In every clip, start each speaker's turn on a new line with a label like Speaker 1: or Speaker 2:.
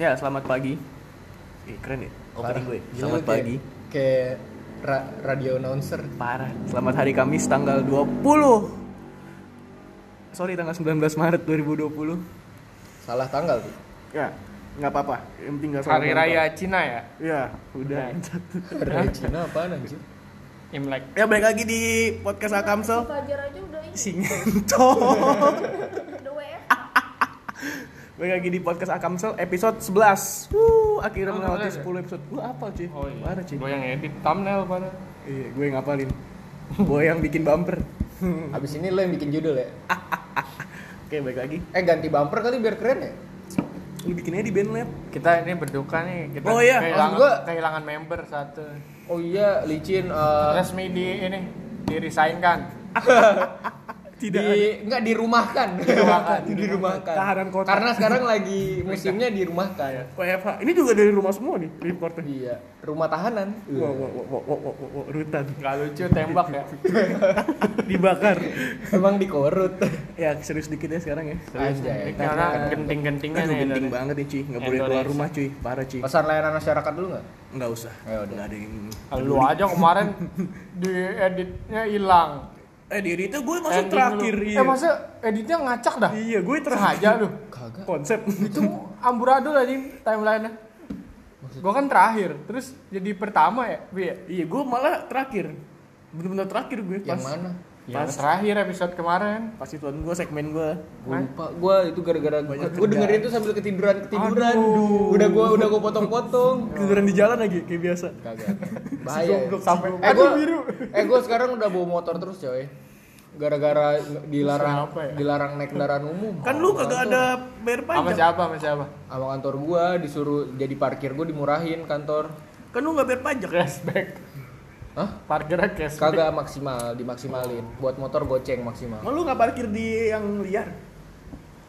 Speaker 1: Ya, selamat pagi. Eh, keren ya opening gue.
Speaker 2: Gila,
Speaker 1: Selamat
Speaker 2: kayak-
Speaker 1: pagi.
Speaker 2: Kayak ra- radio announcer.
Speaker 1: Parah. Selamat hari Kamis tanggal 20. Sorry tanggal 19 Maret 2020.
Speaker 2: Salah tanggal tuh.
Speaker 1: Ya, nggak apa-apa. Yang penting nggak salah
Speaker 3: Hari
Speaker 1: kontol.
Speaker 3: Raya Cina ya,
Speaker 1: Ya, udah.
Speaker 2: Radio Cina apaan anjir?
Speaker 3: Imlek.
Speaker 1: ya, balik lagi di podcast Akamsel.
Speaker 4: Fajar aja udah ini,
Speaker 1: Singentok.
Speaker 4: udah WF.
Speaker 1: Balik lagi di podcast Akamsel episode 11. Wuh, akhirnya
Speaker 3: Oh,
Speaker 1: melewati
Speaker 3: bener ya?
Speaker 1: 10 episode. Gua apa, cuy?
Speaker 3: Oh iya.
Speaker 1: Parah, cuy.
Speaker 3: Gue yang edit thumbnail pada.
Speaker 1: Iya, gue yang ngapalin. Gue yang bikin bumper. Hmm.
Speaker 2: Abis ini lo yang bikin judul ya?
Speaker 1: Oke, balik lagi.
Speaker 2: Eh ganti bumper kali biar keren ya?
Speaker 1: Ini bikinnya di Bandlab.
Speaker 3: Kita ini berduka nih. Kita
Speaker 1: Oh iya,
Speaker 3: Kehilangan,
Speaker 2: maksud gua-
Speaker 3: kehilangan member satu.
Speaker 2: Oh iya, licin eh
Speaker 3: Resmi di ini di resign kan.
Speaker 1: Tidak ada.
Speaker 2: di enggak dirumahkan.
Speaker 3: Dirumahkan,
Speaker 2: dirumahkan.
Speaker 1: Tahanan kota.
Speaker 2: Karena sekarang lagi musimnya dirumahkan.
Speaker 1: WFH. Ini juga dari rumah semua nih, reportnya.
Speaker 2: Iya, rumah tahanan.
Speaker 1: Wow, wow, wow, wow, wow, wow, wow, wow, rutan
Speaker 3: Gak lucu tembak ya.
Speaker 1: dibakar.
Speaker 2: Emang dikorut.
Speaker 1: ya, serius dikit ya sekarang ya.
Speaker 2: Anjay.
Speaker 3: Karena genting-gentingnya
Speaker 1: Aduh,
Speaker 3: nih.
Speaker 1: genting
Speaker 3: dari-
Speaker 1: banget nih, Ci. Nggak boleh keluar
Speaker 3: Indonesia.
Speaker 1: rumah, cuy. Parah, Ci.
Speaker 2: Pesan layanan masyarakat dulu nggak?
Speaker 1: Nggak usah.
Speaker 2: Ya udah.
Speaker 1: Nggak ada yang...
Speaker 3: Lu aja kemarin di editnya hilang.
Speaker 1: Eh, diri itu gue masuk
Speaker 3: Ending lu.
Speaker 1: terakhir. Iya.
Speaker 3: Eh masa editnya ngacak dah.
Speaker 1: Iya, gue terakhir.
Speaker 3: Sengaja lu.
Speaker 2: Kagak.
Speaker 1: Konsep.
Speaker 3: Itu amburadul aja timelinenya. Gue kan terakhir, terus jadi pertama ya, Bi ya?
Speaker 1: iya, gue malah terakhir. Bener-bener terakhir gue pas.
Speaker 2: Yang mana?
Speaker 3: Ya,
Speaker 1: Pas-
Speaker 3: terakhir episode kemarin.
Speaker 1: Pas ituan gue, segmen gue.
Speaker 2: Gue lupa, gue itu gara-gara
Speaker 1: Banyak
Speaker 2: gue dengerin itu sambil ketiduran ketiduran.
Speaker 1: Aduh.
Speaker 2: Udah gue udah gue potong-potong.
Speaker 1: Kedengeran di jalan lagi, kayak biasa.
Speaker 2: Kagak. Bahaya. ya.
Speaker 3: Sampai
Speaker 2: Eh gue eh gue sekarang udah bawa motor terus coy. Gara-gara dilarang
Speaker 3: Kenapa ya?
Speaker 2: dilarang naik kendaraan umum.
Speaker 1: Kan lu kagak ada bayar
Speaker 3: sama
Speaker 1: pajak.
Speaker 3: siapa? Sama siapa?
Speaker 2: Sama kantor gue disuruh jadi parkir gue dimurahin kantor.
Speaker 1: Kan lu nggak bayar pajak.
Speaker 3: Cashback.
Speaker 2: Hah?
Speaker 3: Parkirnya cashback.
Speaker 2: Kagak maksimal, dimaksimalin. Buat motor goceng maksimal.
Speaker 1: Emang lu nggak parkir di yang liar?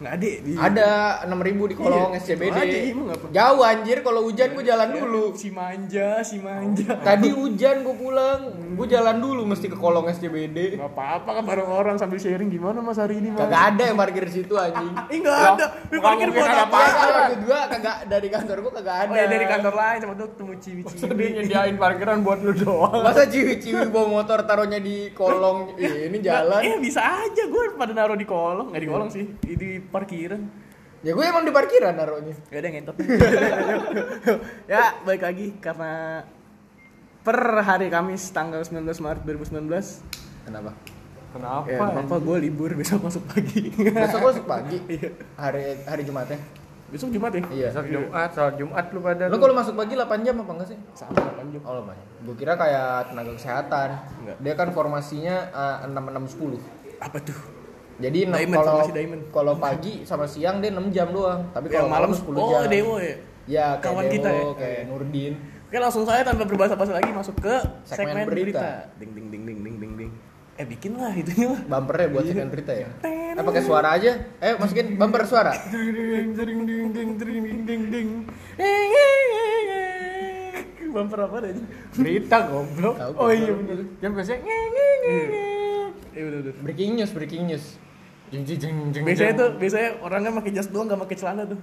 Speaker 1: Nggak ada ya di
Speaker 2: Ada 6000 di kolong
Speaker 1: Iya,
Speaker 2: SCBD.
Speaker 1: itu aja, iya, emang Iya, apa?
Speaker 2: Jauh anjir kalau hujan gue jalan dulu.
Speaker 1: Si manja, si manja.
Speaker 2: Tadi hujan gue pulang, gue jalan dulu mesti ke kolong SCBD.
Speaker 1: Gak apa-apa kan bareng orang sambil sharing gimana mas hari ini mas?
Speaker 2: Kagak ada yang parkir di situ anjing.
Speaker 1: Ah, Ih nggak
Speaker 3: Lah,
Speaker 1: ada. Lu
Speaker 3: nggak
Speaker 1: parkir
Speaker 3: mungkin
Speaker 1: buat
Speaker 3: ada
Speaker 1: apa?
Speaker 3: parkir.
Speaker 2: Iya, maksud gua kagak dari kantor gua kagak ada.
Speaker 1: Oh ya dari kantor lain sama tuh ketemu ciwi
Speaker 3: Dia
Speaker 1: ciwi.
Speaker 3: nyediain parkiran buat lu doang.
Speaker 2: Masa ciwi-ciwi bawa motor taruhnya di kolong Ih, ini
Speaker 1: Iya
Speaker 2: jalan.
Speaker 1: bisa aja gue pada naruh di kolong nggak di kolong sih di, di parkiran.
Speaker 2: Ya gue emang di parkiran naruhnya.
Speaker 1: Gak ada yang ngentot. ya balik lagi karena per hari Kamis tanggal 19 Maret 2019
Speaker 2: Kenapa?
Speaker 3: Kenapa?
Speaker 2: Iya,
Speaker 1: ya apa gue libur besok masuk pagi
Speaker 2: Besok gua masuk pagi.
Speaker 1: Iya.
Speaker 2: Hari hari Jumatnya.
Speaker 1: besok Jumat ya
Speaker 2: Iya.
Speaker 3: Besok Jumat, soal Jumat lu pada.
Speaker 2: Lo kalau masuk pagi 8 jam apa enggak sih?
Speaker 1: sama 8 Jumat
Speaker 2: Oh, 8 jam. Gue kira kayak tenaga kesehatan.
Speaker 1: Enggak.
Speaker 2: Dia kan formasinya eh, 6 6 10.
Speaker 1: apa tuh
Speaker 2: Jadi enam-
Speaker 1: Diamond,
Speaker 2: kalau
Speaker 1: formasi diamond.
Speaker 2: kalau pagi sama siang dia 6 jam doang, tapi
Speaker 1: yang
Speaker 2: kalau
Speaker 1: malam
Speaker 2: 10
Speaker 1: oh
Speaker 2: jam.
Speaker 1: Dewo ya
Speaker 2: Ya, kayak
Speaker 1: Kawan
Speaker 2: Dewo,
Speaker 1: kita ya?
Speaker 2: kayak
Speaker 1: Iya.
Speaker 2: Nurdin.
Speaker 1: oke langsung saya tanpa berbahasa-bahasa lagi masuk ke segmen,
Speaker 2: Segmen
Speaker 1: berita.
Speaker 2: berita.
Speaker 1: ding ding ding ding ding ding ding eh bikin lah itunya lah
Speaker 2: Bumpernya buat
Speaker 1: Iya.
Speaker 2: segmen berita ya. Eh pakai suara aja. Ayo masukin bumper suara.
Speaker 3: ding ding ding ding ding ding ding ding.
Speaker 1: bumper apa aja
Speaker 3: Berita goblok.
Speaker 2: Tahu, Iya.
Speaker 3: Oh iya
Speaker 2: goblok.
Speaker 3: benar. Yang biasanya ngeng ngeng ngeng.
Speaker 1: eh udah udah
Speaker 2: Breaking news, breaking news.
Speaker 3: Jeng jeng jeng jeng.
Speaker 1: biasanya tuh biasanya orangnya pakai jas doang gak pakai celana tuh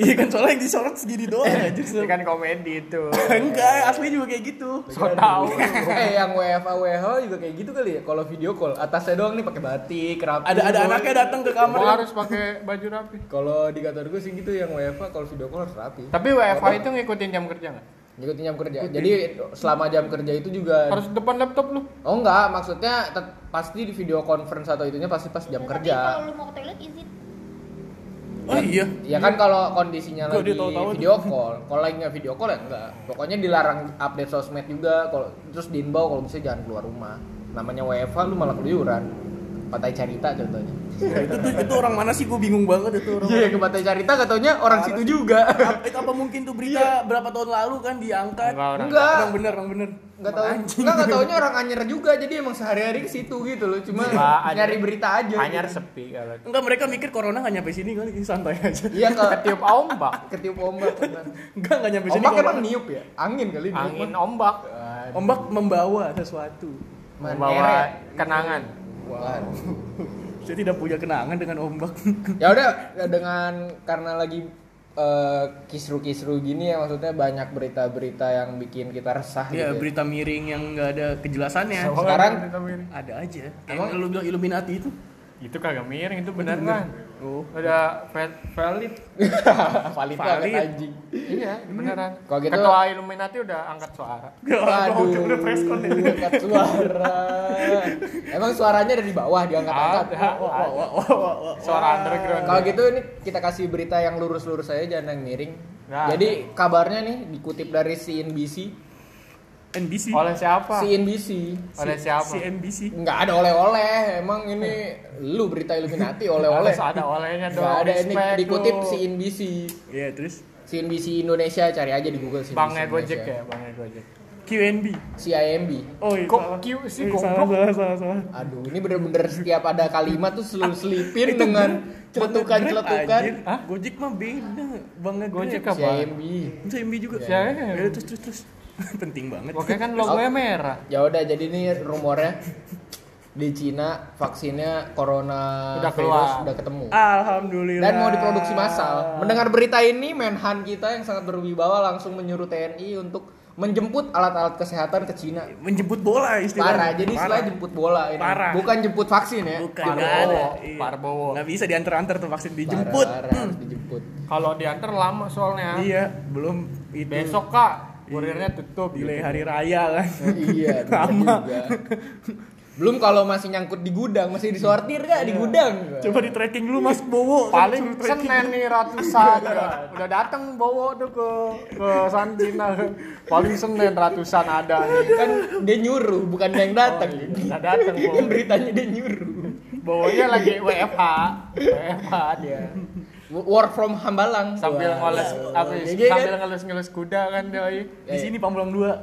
Speaker 1: iya kan soalnya yang disorot segini doang aja
Speaker 3: Itu kan komedi itu.
Speaker 1: enggak asli juga kayak gitu
Speaker 3: So tau.
Speaker 2: eh yang WFA WHO juga kayak gitu kali ya kalau video call. Atasnya doang nih pakai batik, rapi. gitu.
Speaker 1: ada ada anaknya datang ke
Speaker 3: Kamu
Speaker 1: kamar
Speaker 3: harus pakai baju rapi.
Speaker 2: Kalau di kantor gue sih gitu yang WFA kalau video call harus rapi.
Speaker 3: Tapi WFH itu ngikutin jam kerja nggak?
Speaker 2: Ngikutin jam kerja. Jadi selama jam kerja itu juga
Speaker 3: Harus depan laptop lu.
Speaker 2: Oh enggak, maksudnya tet- pasti di video conference atau itunya pasti pas jam
Speaker 4: Tapi
Speaker 2: kerja.
Speaker 4: kalau lu mau ke toilet izin.
Speaker 1: oh iya
Speaker 2: Ya kan kalau kondisinya
Speaker 1: Gua
Speaker 2: lagi
Speaker 1: dia tahu-tahu tuh.
Speaker 2: video call, kalau lagi nggak video call ya enggak. Pokoknya dilarang update sosmed juga, kalau terus diimbau kalau bisa jangan keluar rumah. Namanya WFH lu malah keluyuran. Pantai Carita contohnya.
Speaker 1: Nah, itu tuh itu orang mana sih gue bingung banget itu orang
Speaker 2: Iya, ke Pantai Carita katanya orang situ juga.
Speaker 1: Apa- itu apa mungkin tuh berita berapa tahun lalu kan diangkat
Speaker 3: Enggak orang.
Speaker 2: Iya. Enggak.
Speaker 1: orang bener orang bener
Speaker 2: Enggak tahu. Enggak enggak taunya orang anyer juga, jadi emang sehari-hari ke situ gitu loh. Cuma
Speaker 1: Iya,
Speaker 3: Apaan?
Speaker 2: nyari berita aja. Iya,
Speaker 3: Hanyar sepi kalau.
Speaker 1: Enggak mereka mikir corona nggak nyampe sini kali, santai aja.
Speaker 2: Iya ke
Speaker 3: Tiup ombak.
Speaker 2: ketiup ombak. benar.
Speaker 1: Enggak nggak nyampe sini.
Speaker 2: Ombak
Speaker 1: corona.
Speaker 2: emang niup ya? Angin kali niup.
Speaker 3: Angin ombak.
Speaker 1: Ombak membawa sesuatu.
Speaker 3: membawa kenangan.
Speaker 1: Saya tidak punya kenangan dengan ombak.
Speaker 2: Ya udah dengan karena lagi eh, eh, kisru-kisru gini ya maksudnya banyak berita-berita yang bikin kita resah
Speaker 1: Iya,
Speaker 2: gitu. ya.
Speaker 1: berita miring yang nggak ada kejelasannya.
Speaker 3: Sama
Speaker 2: Sekarang-
Speaker 3: ada berita miring.
Speaker 1: Ada aja. Kayak lu bilang Illuminati itu.
Speaker 3: itu kagak miring itu beneran.
Speaker 1: Oh.
Speaker 3: Ada va- valid.
Speaker 2: valid
Speaker 1: Valid.
Speaker 2: banget kan anjing.
Speaker 3: Iya, beneran.
Speaker 2: Kalau gitu-
Speaker 3: Ketua Illuminati udah angkat suara.
Speaker 1: Aduh, udah press con ya.
Speaker 2: angkat suara. Emang suaranya dari bawah diangkat-angkat.
Speaker 3: Ada.
Speaker 1: Wah, wah, wah, wah, wah.
Speaker 3: Suara underground.
Speaker 2: Kalau gitu ini kita kasih berita yang lurus-lurus aja jangan yang miring.
Speaker 3: Nah.
Speaker 2: Jadi kabarnya nih dikutip dari CNBC.
Speaker 1: NBC.
Speaker 3: oleh siapa?
Speaker 2: CNBC.
Speaker 3: Oleh siapa?
Speaker 1: CNBC.
Speaker 2: Nggak ada oleh-oleh, emang
Speaker 1: Eh.
Speaker 2: ini lu berita Illuminati oleh-oleh.
Speaker 3: Harus ada olehnya dong.
Speaker 2: Nggak ada ini
Speaker 3: respect
Speaker 2: dikutip
Speaker 3: lu.
Speaker 2: CNBC.
Speaker 1: Iya, terus
Speaker 2: CNBC Indonesia cari aja di Google CNBC.
Speaker 3: Bangnya
Speaker 2: Indonesia.
Speaker 3: Gojek ya, bangnya Gojek.
Speaker 1: QNB.
Speaker 2: CIMB.
Speaker 1: Oh, iya,
Speaker 3: Kok
Speaker 1: salah.
Speaker 3: Q
Speaker 1: Eh,
Speaker 3: sih, goblok?
Speaker 1: salah, salah, salah, salah.
Speaker 2: Aduh, ini bener-bener setiap ada kalimat tuh selalu selipin dengan
Speaker 1: Grab, anjir.
Speaker 2: celetukan-celetukan.
Speaker 3: Hah?
Speaker 1: Gojek mah beda. Bangga Gojek.
Speaker 3: Gojek apa?
Speaker 2: CIMB.
Speaker 1: CNB juga.
Speaker 3: Iya, iya.
Speaker 1: Ya, terus terus terus. Penting banget.
Speaker 3: Oke kan logonya merah.
Speaker 2: Ya udah, jadi ini rumornya di Cina vaksinnya corona
Speaker 3: Udah
Speaker 2: virus
Speaker 3: keluar.
Speaker 2: udah ketemu.
Speaker 1: Alhamdulillah.
Speaker 2: Dan mau diproduksi massal. Mendengar berita ini, Menhan kita yang sangat berwibawa langsung menyuruh TNI untuk menjemput alat-alat kesehatan ke Cina.
Speaker 1: menjemput bola
Speaker 2: Parah,
Speaker 1: istilahnya.
Speaker 2: jadi setelah jemput bola ini.
Speaker 1: Parah.
Speaker 2: Bukan jemput vaksin ya.
Speaker 1: Bukan,
Speaker 2: Parah.
Speaker 1: nggak ada. Iya.
Speaker 3: Parbowo.
Speaker 1: Nggak bisa diantar-antar tuh vaksin dijemput.
Speaker 2: Parah, harus dijemput.
Speaker 3: Kalau diantar lama soalnya.
Speaker 1: Iya, belum itu. Iya.
Speaker 3: Besok Kak, kurirnya tutup. gitu.
Speaker 1: delay hari raya kan.
Speaker 2: iya, bener
Speaker 1: Lama.
Speaker 2: juga. Belum kalau masih nyangkut di gudang, masih disortir gak di gudang?
Speaker 1: Coba di tracking dulu Mas Bowo.
Speaker 3: Paling Senin nih ratusan udah, udah dateng bawa tuh ke ke San Cina. Paling Senin ratusan ada nih.
Speaker 2: Kan dia nyuruh, bukan dia yang datang.
Speaker 3: Udah dateng
Speaker 2: Yang
Speaker 3: bawa.
Speaker 2: beritanya dia nyuruh.
Speaker 3: Bawanya lagi WFH. WFH dia.
Speaker 2: Iya. Work from Hambalang.
Speaker 3: Sambil
Speaker 2: Wah.
Speaker 3: ngoles apa ya,
Speaker 2: Iya,
Speaker 3: sambil
Speaker 2: kan?
Speaker 3: ngelus-ngelus kuda kan dia. oi.
Speaker 1: di sini Pamulang
Speaker 2: Iya.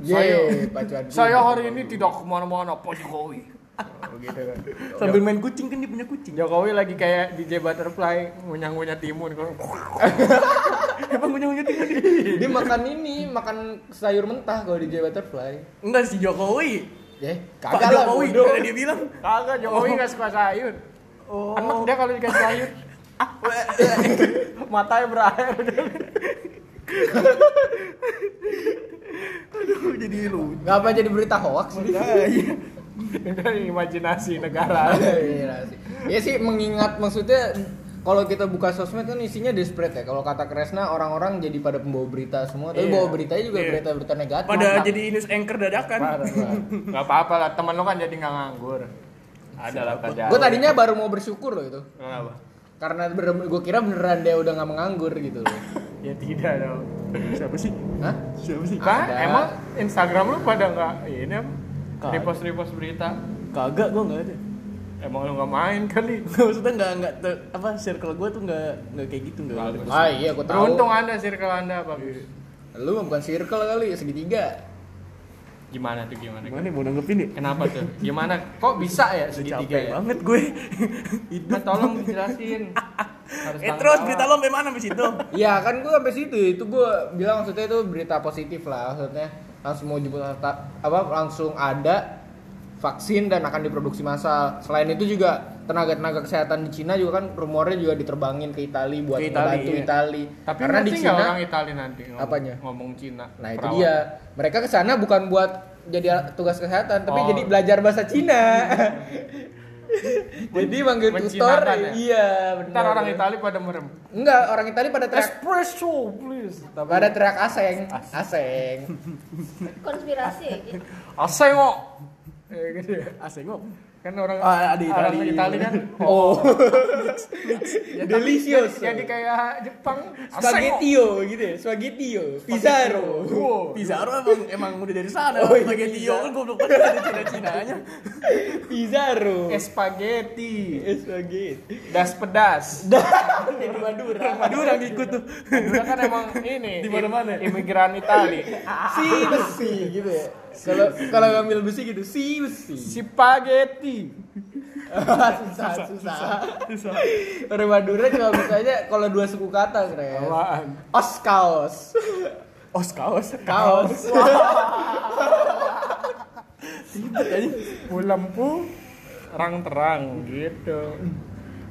Speaker 1: 2.
Speaker 2: Yeay, pacuan gudang.
Speaker 3: Saya hari ini tidak kemana-mana, Pak Jokowi.
Speaker 2: Oh, gitu.
Speaker 1: Sambil main kucing kan dia punya kucing.
Speaker 3: Jokowi lagi kayak DJ Butterfly ngunyah-ngunyah timun.
Speaker 1: Emang punya punya timun.
Speaker 2: Dia makan ini, makan sayur mentah kalau di J Butterfly.
Speaker 1: Enggak si Jokowi.
Speaker 2: Ya,
Speaker 1: Pak
Speaker 2: kagak lah
Speaker 1: Jokowi
Speaker 2: bodoh.
Speaker 1: karena dia bilang
Speaker 3: Kagak, Jokowi nggak suka sayur.
Speaker 1: Oh.
Speaker 3: Enak dia kalau dikasih sayur. Matanya berair.
Speaker 1: Aduh, jadi lu.
Speaker 2: Ngapa jadi berita hoax sih?
Speaker 3: Dari imajinasi negara.
Speaker 2: ya Iya, sih mengingat maksudnya kalau kita buka sosmed kan isinya desperate ya. Kalau kata Kresna orang-orang jadi pada pembawa berita semua, tapi
Speaker 1: Iya.
Speaker 2: bawa beritanya juga
Speaker 1: Iya.
Speaker 2: berita-berita negatif. Nah,
Speaker 1: Pada
Speaker 2: Mantap.
Speaker 1: jadi news anchor dadakan.
Speaker 3: Gak apa-apa lah, temen lo kan jadi nggak nganggur. Ada lah kerjaan.
Speaker 2: Gue nah. tadinya baru mau bersyukur loh itu.
Speaker 3: Kenapa?
Speaker 2: Karena gue kira beneran dia udah nggak menganggur gitu loh.
Speaker 3: Ya tidak dong.
Speaker 1: Siapa sih?
Speaker 2: Hah?
Speaker 1: Siapa sih?
Speaker 3: Kan
Speaker 2: Ada.
Speaker 3: emang Instagram lu pada nggak ini apa?
Speaker 1: Kagak.
Speaker 3: Repost-repost berita.
Speaker 1: Kagak gua enggak ada.
Speaker 3: Emang lu nggak main kali.
Speaker 1: Maksudnya enggak enggak ter- apa circle gua tuh enggak enggak kayak gitu enggak.
Speaker 3: Bagus.
Speaker 2: Ah iya, gue tahu. Iya.
Speaker 3: Beruntung anda circle anda bagus.
Speaker 2: Lu mah bukan circle kali, segitiga.
Speaker 3: Gimana tuh gimana?
Speaker 1: Gimana nih, mau nanggepin ya?
Speaker 3: Kenapa tuh? Gimana? Kok bisa ya
Speaker 1: Udah
Speaker 3: segitiga
Speaker 1: capek
Speaker 3: ya?
Speaker 1: banget gue.
Speaker 3: Nah, tolong dijelasin. Harus
Speaker 1: eh
Speaker 3: tanggung
Speaker 1: terus
Speaker 3: jawab.
Speaker 1: berita lo sampai mana sampai situ?
Speaker 2: Iya kan gue sampai situ itu gue bilang maksudnya itu berita positif lah maksudnya langsung mau jemput harta- apa langsung ada vaksin dan akan diproduksi massal. Selain itu juga tenaga-tenaga kesehatan di Cina juga kan rumornya juga diterbangin ke Italia buat
Speaker 1: Ke
Speaker 2: membantu
Speaker 1: Itali,
Speaker 2: Itali,
Speaker 1: iya.
Speaker 3: Tapi
Speaker 2: Karena di Cina,
Speaker 3: orang Italia nanti ngomong,
Speaker 2: Apanya?
Speaker 3: ngomong Cina.
Speaker 2: nah itu
Speaker 3: Perawat.
Speaker 2: dia. Mereka ke sana bukan buat jadi tugas kesehatan, tapi
Speaker 3: Oh.
Speaker 2: jadi belajar bahasa Cina. jadi manggil tutor,
Speaker 3: mencinakan ya?
Speaker 2: iya
Speaker 3: Ntar orang Italia pada merem.
Speaker 2: Enggak, orang Italia pada teriak,
Speaker 3: Espresso, please. Tapi
Speaker 2: pada teriak aseng, aseng.
Speaker 4: konspirasi ya gitu
Speaker 3: aseng kok. Eh, gitu ya.
Speaker 1: Asing kok.
Speaker 3: Kan orang
Speaker 1: Ah, ada
Speaker 3: orang
Speaker 1: Italia.
Speaker 3: Italia kan.
Speaker 2: Oh,
Speaker 3: Ya, tapi
Speaker 2: delicious.
Speaker 3: Jadi, jadi kayak Jepang.
Speaker 2: Spaghettio gitu ya, spaghettio, Pizarro.
Speaker 3: Wow.
Speaker 1: Oh. Pizarro emang emang udah dari sana.
Speaker 2: Oh, iya,
Speaker 1: Pakai Tio
Speaker 2: Pizarro.
Speaker 1: kan goblok banget ada Cina-Cinanya.
Speaker 2: Pizarro.
Speaker 3: Spaghetti.
Speaker 2: Spaghetti.
Speaker 3: Das pedas.
Speaker 2: Di Madura.
Speaker 1: Madura gitu. ngikut tuh.
Speaker 3: Dia kan emang ini
Speaker 1: Di mana-mana.
Speaker 3: im- imigran Italia.
Speaker 2: Si besi gitu ya. Kalau kalau ngambil ah, besi gitu, si besi.
Speaker 3: Spaghetti.
Speaker 2: susah, susah. Orang Madura cuma bisanya kalau dua suku kata, Kres.
Speaker 3: Apaan?
Speaker 2: Os kaos.
Speaker 1: Os kaos.
Speaker 2: Kaos.
Speaker 3: Ulempu terang-terang gitu.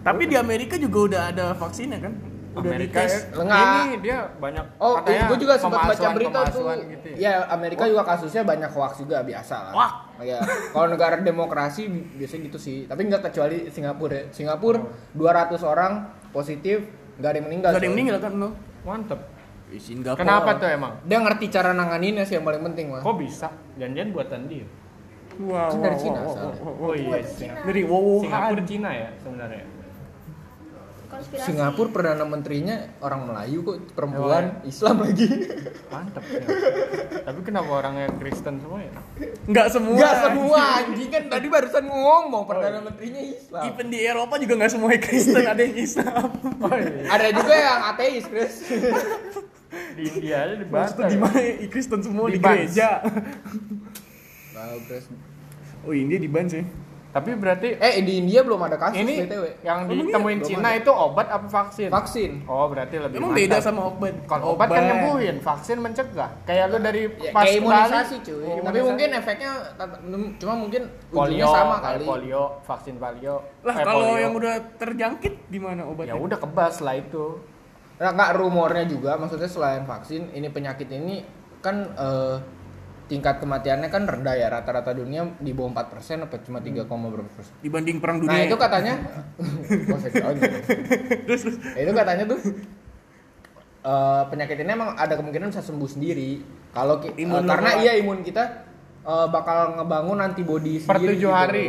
Speaker 1: Tapi di Amerika juga udah ada vaksinnya kan?
Speaker 3: Amerika
Speaker 2: dites,
Speaker 3: ya.
Speaker 2: lengah.
Speaker 3: ini dia banyak
Speaker 2: Oh,
Speaker 3: katanya
Speaker 2: gue juga sempat baca
Speaker 3: pemalsuan-
Speaker 2: berita tuh.
Speaker 3: pemalsuan gitu ya.
Speaker 2: ya. Amerika juga kasusnya banyak hoax juga biasa lah.
Speaker 1: Hoax.
Speaker 2: Ya, kalau negara demokrasi bi- biasanya gitu sih. Tapi nggak kecuali Singapura. ya. Singapura 200 orang positif, nggak ada yang
Speaker 3: ya.
Speaker 2: meninggal.
Speaker 1: Gak ada yang meninggal kan lo?
Speaker 3: Mantep.
Speaker 1: Di Singapura.
Speaker 2: Oh.
Speaker 3: Kenapa tuh emang?
Speaker 2: Dia ngerti cara nanganinnya sih yang paling penting mah.
Speaker 3: Kok bisa? Janjian buatan dia.
Speaker 1: Wow.
Speaker 2: Kan dari Cina, soalnya.
Speaker 3: Oh iya,
Speaker 4: Buatan
Speaker 3: Cina.
Speaker 4: Cina.
Speaker 1: Dari wow
Speaker 3: Singapura Cina ya sebenarnya.
Speaker 4: konspirasi
Speaker 2: Singapura perdana menterinya orang Melayu kok
Speaker 3: Oh,
Speaker 2: perempuan
Speaker 3: iya.
Speaker 2: Islam lagi.
Speaker 3: Mantep. Cina. Tapi kenapa orangnya Kristen semua ya?
Speaker 1: Enggak semua.
Speaker 2: Enggak semua anjing kan tadi barusan ngomong perdana menterinya Islam.
Speaker 1: Even di Eropa juga nggak semua Kristen, ada yang Islam.
Speaker 3: Oh iya.
Speaker 2: Ada juga yang ateis, Chris.
Speaker 3: Di India aja di
Speaker 1: Maksudnya
Speaker 3: Batak.
Speaker 1: di mana ya? Kristen semua di,
Speaker 3: Di Bans.
Speaker 1: gereja.
Speaker 2: Tahu, Chris.
Speaker 1: Oh, India di ban sih.
Speaker 3: Tapi berarti
Speaker 2: Eh, di India belum ada kasus
Speaker 3: ini
Speaker 2: BTW.
Speaker 3: yang
Speaker 1: Emang iya?
Speaker 3: ditemuin
Speaker 2: Belum
Speaker 3: Cina
Speaker 2: ada.
Speaker 3: itu obat apa vaksin?
Speaker 2: Vaksin.
Speaker 3: Oh berarti lebih
Speaker 1: Emang
Speaker 3: mantap.
Speaker 1: beda sama obat.
Speaker 3: Kalau obat, kan nyembuhin, vaksin mencegah. Kayak lu dari
Speaker 2: Ya,
Speaker 3: pas
Speaker 2: kayak imunisasi
Speaker 3: sekali-
Speaker 2: cuy.
Speaker 3: Oh,
Speaker 2: Tapi
Speaker 3: imunisasi.
Speaker 2: mungkin efeknya tat- cuma mungkin
Speaker 3: polio
Speaker 2: ujungnya sama
Speaker 3: kayak
Speaker 2: kali.
Speaker 3: Polio, vaksin polio.
Speaker 1: Lah
Speaker 3: Eh,
Speaker 1: kalau
Speaker 3: polio.
Speaker 1: yang udah terjangkit di mana
Speaker 3: ya
Speaker 1: obatnya?
Speaker 3: udah kebas lah itu.
Speaker 2: Nah, nggak rumornya juga maksudnya selain vaksin ini penyakit ini kan eh, tingkat kematiannya kan rendah ya rata-rata dunia di bawah 4% apa cuma 3, berapa persen.
Speaker 1: Dibanding perang dunia.
Speaker 2: Nah,
Speaker 1: ya?
Speaker 2: itu
Speaker 3: kan.
Speaker 2: katanya Oh, saya kira aja.
Speaker 1: terus terus.
Speaker 2: Ya, itu katanya tuh eh, penyakit ini emang ada kemungkinan bisa sembuh sendiri kalau ki-
Speaker 1: Imun
Speaker 2: eh,
Speaker 1: lo
Speaker 2: karena
Speaker 1: kuat.
Speaker 2: iya imun kita eh, bakal ngebangun antibody
Speaker 3: Per
Speaker 2: sendiri gitu.
Speaker 3: tujuh hari.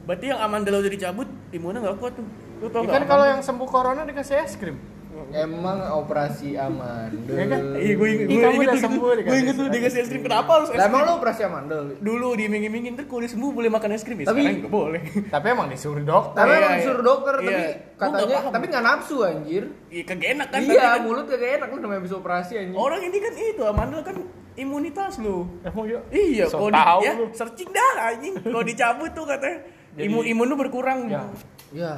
Speaker 1: Berarti yang aman dulu udah dicabut, imunnya nggak kuat tuh. Lu tau
Speaker 3: Ya
Speaker 1: nggak?
Speaker 3: kan kalau yang sembuh corona dikasih es krim.
Speaker 2: emang operasi amandel
Speaker 3: Ya kan?
Speaker 1: Iya, gue inget,
Speaker 3: Ih,
Speaker 1: gue
Speaker 3: kamu
Speaker 1: inget
Speaker 3: udah
Speaker 1: tuh,
Speaker 3: sembuh
Speaker 1: gue
Speaker 3: dikasih
Speaker 1: inget tuh
Speaker 3: es
Speaker 1: dikasih es krim.
Speaker 3: krim.
Speaker 1: Kenapa harus es
Speaker 2: Lah, emang
Speaker 1: krim?
Speaker 2: lo operasi amandel
Speaker 1: Dulu diiming-imingin, ntar kalau udah sembuh boleh makan es krim ya?
Speaker 2: Tapi-
Speaker 1: Sekarang nggak boleh.
Speaker 3: Tapi emang disuruh dokter.
Speaker 2: tapi
Speaker 1: Iya,
Speaker 2: emang
Speaker 1: iya.
Speaker 2: disuruh dokter
Speaker 1: Iya.
Speaker 2: tapi
Speaker 1: Gua
Speaker 2: katanya
Speaker 1: nggak paham.
Speaker 2: tapi nggak nafsu anjir
Speaker 1: Iya kagak enak kan? tapi
Speaker 2: iya
Speaker 1: kan
Speaker 2: mulut kagak enak lu namanya bisa operasi anjir
Speaker 1: Orang ini kan itu, amandel kan imunitas lu.
Speaker 3: Emang ya.
Speaker 1: Iya,
Speaker 3: So
Speaker 1: kalau
Speaker 3: tahu
Speaker 1: di, ya,
Speaker 3: lu.
Speaker 1: searching dah anjing. Kalau dicabut tuh katanya
Speaker 3: Jadi-
Speaker 1: imun imun lu berkurang.
Speaker 3: Ya.
Speaker 2: ya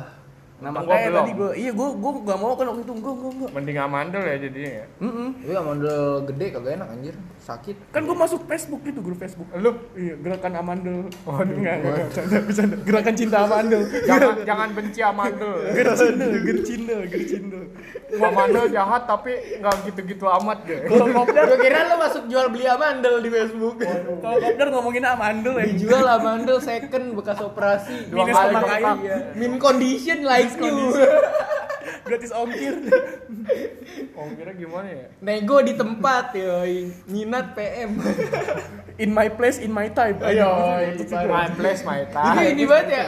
Speaker 1: Nah,
Speaker 3: Otak
Speaker 1: makanya
Speaker 3: gua
Speaker 1: tadi
Speaker 3: belum.
Speaker 1: gua iya gua gua gak mau kan waktu itu gua gua gua.
Speaker 3: Mending amandel ya jadinya ya.
Speaker 1: Mm-mm.
Speaker 2: tapi Iya, amandel gede kagak enak anjir sakit
Speaker 1: Kan gua masuk Facebook itu grup Facebook.
Speaker 3: Lu
Speaker 1: Iya, gerakan amandel. Waduh, enggak enggak enggak, bercanda, bercanda. Gerakan cinta amandel.
Speaker 3: jangan jangan benci amandel.
Speaker 1: Gercinda, gercinda, gercinda.
Speaker 3: Amandel jahat tapi nggak gitu-gitu amat deh.
Speaker 1: Kalau kopdar,
Speaker 2: gue kira lo masuk jual beli amandel di Facebook
Speaker 1: kalau kopdar ngomongin amandel ya.
Speaker 2: dijual amandel second bekas operasi
Speaker 1: Dua
Speaker 2: Minus
Speaker 1: kali
Speaker 2: koma
Speaker 1: bengkak.
Speaker 2: kayu. min condition like you
Speaker 1: Gratis ongkir.
Speaker 3: Oh kira gimana ya?
Speaker 2: nego di tempat yoi minat PM
Speaker 1: In my place, in my time.
Speaker 2: Ayo,
Speaker 1: iya,
Speaker 3: My place, my
Speaker 2: ini
Speaker 3: time.
Speaker 2: ini banget ya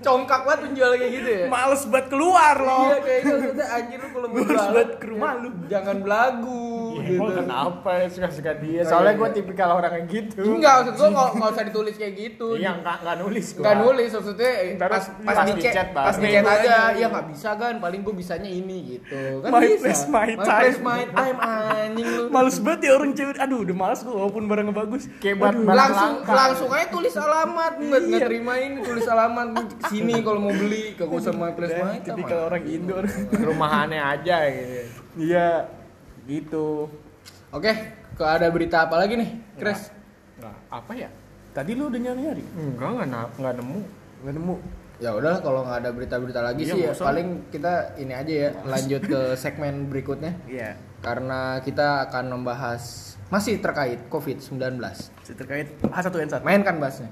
Speaker 2: congkak banget penjual kayak gitu ya
Speaker 1: Males banget keluar loh.
Speaker 2: iya kayaknya maksudnya anjir lu kalau mau
Speaker 1: Gue harus
Speaker 2: jualan,
Speaker 1: buat ke rumah lu.
Speaker 2: jangan belagu
Speaker 3: Emang
Speaker 2: gitu
Speaker 3: kenapa ya suka-suka dia? Soalnya gue tipikal orang yang gitu.
Speaker 2: enggak maksud gua kalau nggak usah ditulis kayak gitu
Speaker 3: Iya, nggak nggak nulis. gua.
Speaker 2: Gak nulis maksudnya eh,
Speaker 3: Ntar
Speaker 2: pas, pas,
Speaker 3: pas
Speaker 2: di
Speaker 3: di
Speaker 2: chat,
Speaker 3: chat
Speaker 2: pas
Speaker 3: baru.
Speaker 2: di chat
Speaker 1: Nego
Speaker 2: aja
Speaker 1: aja.
Speaker 2: ya nggak bisa kan paling gue bisanya ini gitu kan
Speaker 1: My
Speaker 2: bisa
Speaker 1: place, my time.
Speaker 2: place my time anjing lu
Speaker 1: Males banget ya orang cewek. Aduh, udah males gue walaupun barangnya bagus.
Speaker 3: Kayak buat
Speaker 1: Aduh.
Speaker 3: barang
Speaker 2: langsung
Speaker 3: langka.
Speaker 2: langsung aja tulis alamat nggak nggak terima ini tulis alamat sini kalau mau beli kagak usah my place my time
Speaker 1: Jadi kalau
Speaker 2: anjing.
Speaker 1: orang Indo orang.
Speaker 3: rumahannya aja gitu.
Speaker 1: Iya, gitu.
Speaker 2: oke ke ada berita apa lagi nih Chris
Speaker 3: Nah, apa ya?
Speaker 1: Tadi lu udah nyari-nyari?
Speaker 3: Enggak nggak na- nggak nemu.
Speaker 1: Gak nemu.
Speaker 2: ya udahlah kalau nggak ada berita-berita lagi
Speaker 1: Iya,
Speaker 2: sih ya
Speaker 1: bosan.
Speaker 2: paling kita ini aja ya lanjut ke segmen berikutnya
Speaker 1: Iya,
Speaker 2: karena kita akan membahas masih terkait COVID-19
Speaker 1: si terkait H1 N1.
Speaker 2: mainkan bassnya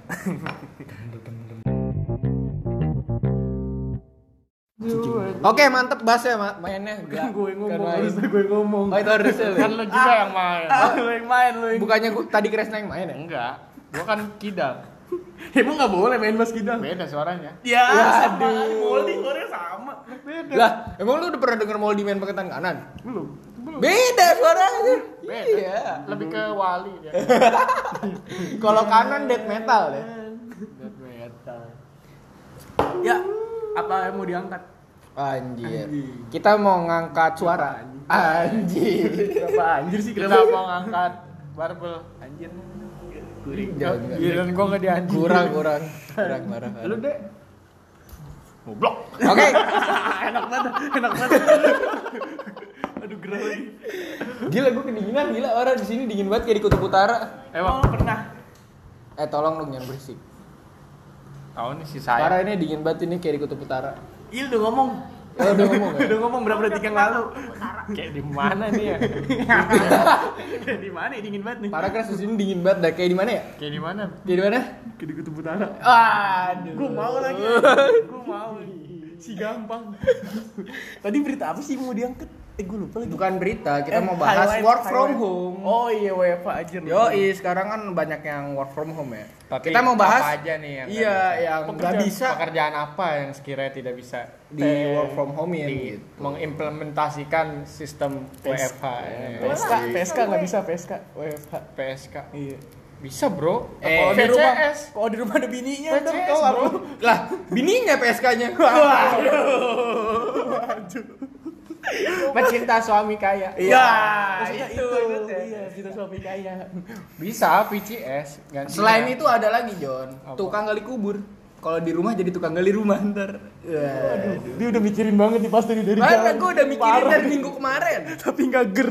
Speaker 2: Oke mantep bassnya ma mainnya
Speaker 1: Kan gue ngomong,
Speaker 2: Karena-
Speaker 1: harusnya gue ngomong.
Speaker 2: Oh itu harusnya lu.
Speaker 3: Kan lo juga yang main.
Speaker 1: Ah, lu yang main lu. Yang...
Speaker 2: Bukannya gua, tadi Kresna yang main ya?
Speaker 3: Enggak. Gua kan kidal.
Speaker 1: Ya, Emang gak boleh main bas kidal?
Speaker 3: Beda suaranya.
Speaker 1: Ya, sama.
Speaker 2: Waduh.
Speaker 1: Moldi orangnya sama. Beda.
Speaker 2: Lah, emang lu udah pernah denger Moldy main pakai tangan kanan?
Speaker 1: Belum.
Speaker 2: Beda suaranya.
Speaker 3: Beda.
Speaker 2: Iya.
Speaker 3: Lebih ke wali dia.
Speaker 2: Kalau kanan death metal ya.
Speaker 1: Iya.
Speaker 3: Death metal.
Speaker 1: Ya, apa yang mau diangkat?
Speaker 2: Anjir.
Speaker 1: Anjing.
Speaker 2: Kita mau ngangkat suara. Anjir.
Speaker 1: Kenapa anjir sih?
Speaker 3: Kita
Speaker 1: Kenapa?
Speaker 3: mau ngangkat barbel anjir.
Speaker 1: Kuring.
Speaker 2: Jangan, jangan.
Speaker 3: Giliran gua enggak dianjir.
Speaker 2: Kurang, kurang. Kurang, kurang.
Speaker 3: Lu deh. Goblok.
Speaker 2: Oke,
Speaker 1: enak banget, enak banget. Aduh, gerah lagi.
Speaker 2: Gila gue kedinginan, gila orang di sini dingin banget kayak di kutub utara.
Speaker 1: Emang pernah?
Speaker 2: Eh tolong dong jangan berisik.
Speaker 3: Tahun nih si
Speaker 2: Parah
Speaker 3: saya.
Speaker 2: ini dingin banget ini kayak di kutub utara.
Speaker 1: Iya udah ngomong.
Speaker 2: Oh, udah ngomong ya?
Speaker 1: Udah ngomong berapa detik yang lalu.
Speaker 4: Utara.
Speaker 3: Kayak di mana nih ya?
Speaker 1: Kayak di mana ya, dingin banget nih.
Speaker 2: Parah keras di sini dingin banget dah. Kayak di mana ya?
Speaker 3: Kayak di mana?
Speaker 2: Kayak di mana?
Speaker 1: Kayak di kutub utara.
Speaker 2: Aduh.
Speaker 1: Gue mau lagi. Gue mau. Si gampang. Tadi berita apa sih mau diangkat? Eh gue lupa lagi.
Speaker 2: Bukan berita,
Speaker 1: Eh,
Speaker 2: kita mau bahas
Speaker 1: highlight,
Speaker 2: work from
Speaker 1: highlight.
Speaker 2: home.
Speaker 1: Oh iya WFH aja. lu.
Speaker 2: Yoi, sekarang kan banyak yang work from home ya.
Speaker 3: Tapi
Speaker 2: kita mau bahas
Speaker 3: apa aja nih yang nggak
Speaker 2: Iya,
Speaker 3: bisa?
Speaker 2: yang nggak bisa
Speaker 3: Pekerjaan apa yang sekiranya tidak bisa
Speaker 2: di
Speaker 3: eh,
Speaker 2: work from home ya.
Speaker 3: di-
Speaker 2: gitu.
Speaker 3: mengimplementasikan sistem
Speaker 1: Tes.
Speaker 3: WFH ya.
Speaker 4: Boleh.
Speaker 1: PSK, PSK nggak bisa PSK WFH.
Speaker 3: PSK.
Speaker 1: Iya.
Speaker 3: Bisa, Bro.
Speaker 2: Eh,
Speaker 1: Kalau di rumah,
Speaker 3: VCS.
Speaker 1: kalau di rumah ada bininya
Speaker 3: VCS,
Speaker 1: dong tolak
Speaker 3: bro.
Speaker 1: lu.
Speaker 2: Lah, bininya PSK-nya.
Speaker 3: Pecinta suami kaya.
Speaker 2: Iya,
Speaker 1: Maksudnya
Speaker 2: itu. ya.
Speaker 1: ingatnya. Iya, kita suami kaya.
Speaker 3: Bisa VCS gantian.
Speaker 2: Selain itu ada lagi, Jon.
Speaker 3: Apa?
Speaker 2: Tukang gali kubur. Kalau di rumah jadi tukang gali rumah ntar. Waduh.
Speaker 1: Dia udah mikirin banget nih pas dari dari
Speaker 2: Mana
Speaker 1: jalan.
Speaker 2: gue udah mikirin
Speaker 1: Parah.
Speaker 2: dari minggu kemarin.
Speaker 1: tapi nggak ger.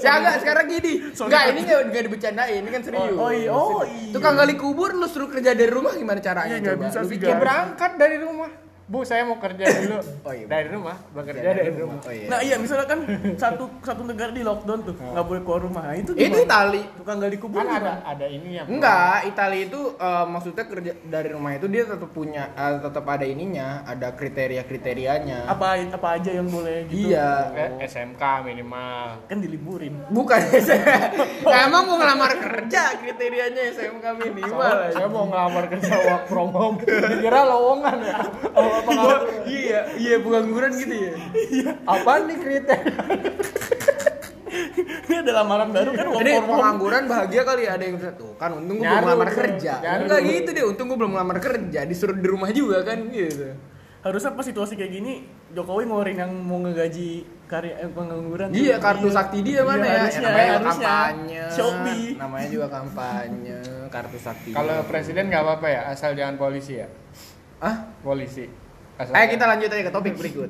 Speaker 2: Siaga Ya, sekarang gini.
Speaker 1: Sorry.
Speaker 2: Enggak, ini enggak enggak dibercandain, ini kan serius.
Speaker 1: Oh, oh iya, oh iya.
Speaker 2: Tukang gali kubur lu suruh kerja dari rumah gimana caranya
Speaker 1: Iya, nggak
Speaker 2: coba?
Speaker 1: bisa
Speaker 2: Lu
Speaker 1: sih,
Speaker 2: pikir
Speaker 1: Ga.
Speaker 2: berapa?
Speaker 3: berangkat dari rumah. Bu, saya mau kerja dulu.
Speaker 2: Oh, iya.
Speaker 3: Dari rumah, bekerja
Speaker 2: Kerja
Speaker 3: dari rumah.
Speaker 2: Oh, iya.
Speaker 1: Nah iya misalnya kan satu satu negara di lockdown tuh nggak boleh keluar rumah. Nah, itu
Speaker 2: itu
Speaker 1: gimana?
Speaker 2: Itali.
Speaker 1: tukang gali kubur.
Speaker 3: Kan ada
Speaker 1: gimana?
Speaker 3: ada ini ya. Bro.
Speaker 2: Enggak, Itali itu eh, maksudnya kerja dari rumah itu dia tetap punya eh, tetap ada ininya, ada kriteria-kriterianya.
Speaker 1: apa apa aja yang boleh gitu.
Speaker 2: Iya.
Speaker 3: Eh, SMK minimal.
Speaker 1: Kan diliburin.
Speaker 2: Bukan Nah, emang mau ngelamar kerja kriterianya SMK minimal. ya?
Speaker 3: Soalnya saya mau ngelamar kerja work from home. Dikira lowongan ya. Oh, apa nggak?
Speaker 2: iya, iya pengangguran gitu ya.
Speaker 3: Apa nih kriteria?
Speaker 1: Ini ada lamaran baru kan work
Speaker 2: Ini
Speaker 1: from home.
Speaker 2: pengangguran bahagia kali ya, ada yang bilang, tuh kan untung gue belum
Speaker 3: Nyaru,
Speaker 2: ngelamar
Speaker 3: bro.
Speaker 2: kerja.
Speaker 3: Nyaru,
Speaker 2: Enggak
Speaker 3: bro.
Speaker 2: gitu deh, untung gue belum ngelamar kerja, disuruh di rumah juga kan gitu.
Speaker 1: Harusnya pas situasi kayak gini Jokowi ngeluarin yang mau ngegaji karya eh, pengangguran.
Speaker 2: Iya, kartu sakti dia mana ya?
Speaker 1: iya, Harusnya,
Speaker 2: namanya juga
Speaker 1: harusnya.
Speaker 2: kampanye.
Speaker 1: Shopee.
Speaker 2: Namanya juga kampanye, kartu sakti.
Speaker 3: Kalau presiden nggak apa-apa ya, asal jangan polisi ya.
Speaker 2: ah,
Speaker 3: Polisi. Asal ya?
Speaker 2: ayo Eh, kita lanjut aja ke topik berikut.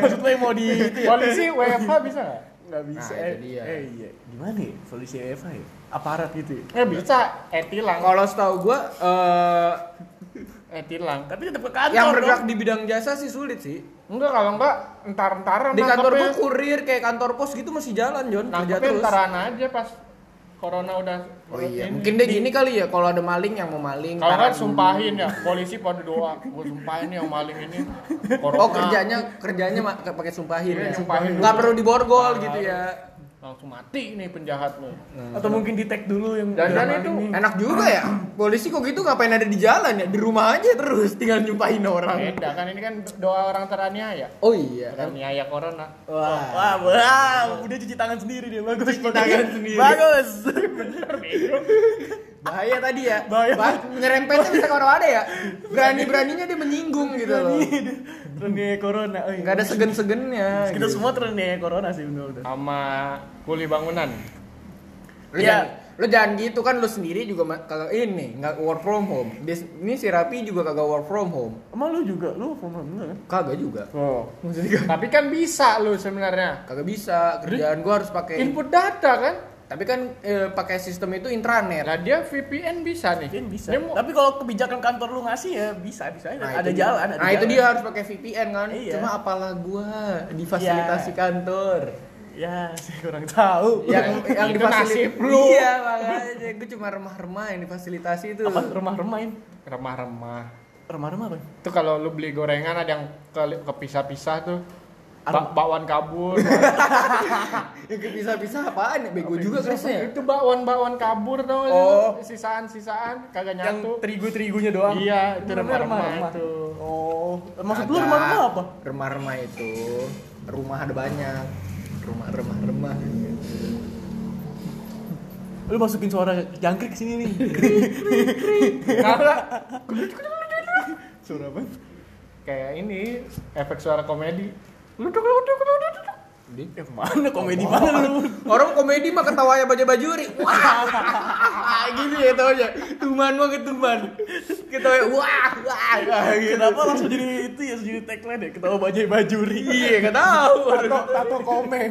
Speaker 1: Maksud lo yang mau di itu ya?
Speaker 3: polisi WFH bisa nggak?
Speaker 1: Nggak bisa.
Speaker 2: Nah, itu
Speaker 1: eh,
Speaker 2: dia.
Speaker 1: Eh, iya. Gimana ya? Polisi EFA ya? Aparat gitu ya?
Speaker 3: Ya bisa, etilang.
Speaker 2: Kalau setahu gue, eh
Speaker 3: Etilang.
Speaker 1: Tapi tetap ke kantor
Speaker 2: yang bergerak
Speaker 1: dong.
Speaker 2: di bidang jasa sih sulit sih.
Speaker 3: Enggak kalau enggak entar-entaran
Speaker 2: Di kantor
Speaker 3: nangkepnya.
Speaker 2: gue kurir kayak kantor pos gitu masih jalan Jon kerja
Speaker 3: Nangkepnya
Speaker 2: terus.
Speaker 3: entaran aja pas corona udah
Speaker 2: Oh iya,
Speaker 3: ini.
Speaker 2: mungkin dia gini kali ya kalau ada maling yang mau maling.
Speaker 3: Kalau
Speaker 2: taruh
Speaker 3: kan
Speaker 2: dulu.
Speaker 3: sumpahin ya, polisi pada doa, gue sumpahin nih yang maling ini corona.
Speaker 2: Oh kerjanya kerjanya ma- pakai sumpahin
Speaker 3: Iya,
Speaker 2: ya.
Speaker 3: sumpahin
Speaker 2: Nggak
Speaker 3: dulu.
Speaker 2: perlu diborgol
Speaker 3: Nah,
Speaker 2: gitu ya.
Speaker 3: langsung mati nih penjahat lo.
Speaker 1: Atau mungkin di tag dulu yang
Speaker 3: Dan-
Speaker 1: yang
Speaker 3: dan itu-
Speaker 1: ini.
Speaker 2: Enak juga ya. Polisi kok gitu ngapain ada di jalan ya? Di rumah aja terus tinggal nyumpahin orang.
Speaker 3: Beda kan ini kan doa orang teraniaya.
Speaker 2: Oh iya.
Speaker 1: kan?
Speaker 3: Teraniaya corona.
Speaker 2: Wah.
Speaker 1: Wah, wow, udah cuci tangan sendiri dia bagus. Cuci
Speaker 2: tangan sendiri.
Speaker 1: Nah, kan? Bagus.
Speaker 2: Bahaya tadi ya.
Speaker 1: Bahaya.
Speaker 2: Bah- nyerempetnya bisa kalau ada ya. Berani-beraninya dia menyinggung gitu loh.
Speaker 1: Trennya corona. Oh, iya.
Speaker 2: Gak ada segen-segennya.
Speaker 1: Kita
Speaker 2: gitu.
Speaker 1: semua trennya corona sih benar-benar.
Speaker 3: Sama kuli bangunan.
Speaker 2: Lu
Speaker 1: Iya.
Speaker 2: jangan, lu jangan gitu kan lu sendiri juga ma- kagak ini nggak work from home. Dia, ini si Rapi juga kagak work from home.
Speaker 1: Emang lu juga lu from home enggak kan?
Speaker 2: Kagak juga.
Speaker 3: Oh.
Speaker 2: Maksudnya
Speaker 3: Tapi kan bisa lu sebenarnya.
Speaker 2: kagak bisa kerjaan gua harus pakai
Speaker 3: Input data kan?
Speaker 2: tapi kan eh, pakai sistem itu intranet
Speaker 3: Nah dia VPN bisa nih.
Speaker 1: Mungkin bisa.
Speaker 3: Dia mau-
Speaker 1: Tapi kalau kebijakan kantor lu ngasih ya bisa bisa aja. ada
Speaker 2: itu
Speaker 1: jalan,
Speaker 2: dia.
Speaker 1: ada
Speaker 2: nah itu
Speaker 1: jalan.
Speaker 2: dia harus pakai VPN kan
Speaker 1: Iya.
Speaker 2: cuma apalah gua di fasilitasi
Speaker 1: Iya.
Speaker 2: kantor
Speaker 1: Ya, saya kurang tahu.
Speaker 2: yang yang
Speaker 3: Itu nasib
Speaker 2: difasilitasi
Speaker 3: lu.
Speaker 2: iya makanya gua cuma remah-remah yang difasilitasi itu
Speaker 1: Apa remah-remahin?
Speaker 3: remah-remah.
Speaker 1: Remah-remah apa?
Speaker 3: Itu kalau lu beli gorengan ada yang ke- kepisah-pisah tuh. Ba-
Speaker 1: Aroma.
Speaker 3: bakwan kabur.
Speaker 2: yang bisa-bisa apaan ya bego juga kelasnya ya
Speaker 3: itu bakwan-bakwan kabur tau gak sih lu?
Speaker 2: Oh.
Speaker 3: Sisaan-sisaan kagak
Speaker 1: Yang
Speaker 3: nyatu.
Speaker 1: terigu-terigunya doang.
Speaker 3: Iya, itu
Speaker 1: namanya
Speaker 3: remah-remah itu.
Speaker 1: Oh, maksud lu
Speaker 2: Kagak.
Speaker 1: remah-remah apa?
Speaker 2: remah-remah itu rumah ada banyak rumah remah remah
Speaker 1: Lu masukin suara jangkrik ke sini nih.
Speaker 3: Karena
Speaker 1: suara apa?
Speaker 3: kayak ini efek suara komedi. ya,
Speaker 1: Yang mana komedi mana lu?
Speaker 2: orang komedi mah ya ketawanya baja bajuri wah gitu ya tau aja tuman mah ketuman
Speaker 1: Ke kita kayak, wah wah kenapa langsung jadi itu ya jadi tagline ya ketawa bajai bajuri iya nggak tahu
Speaker 3: tato tato komen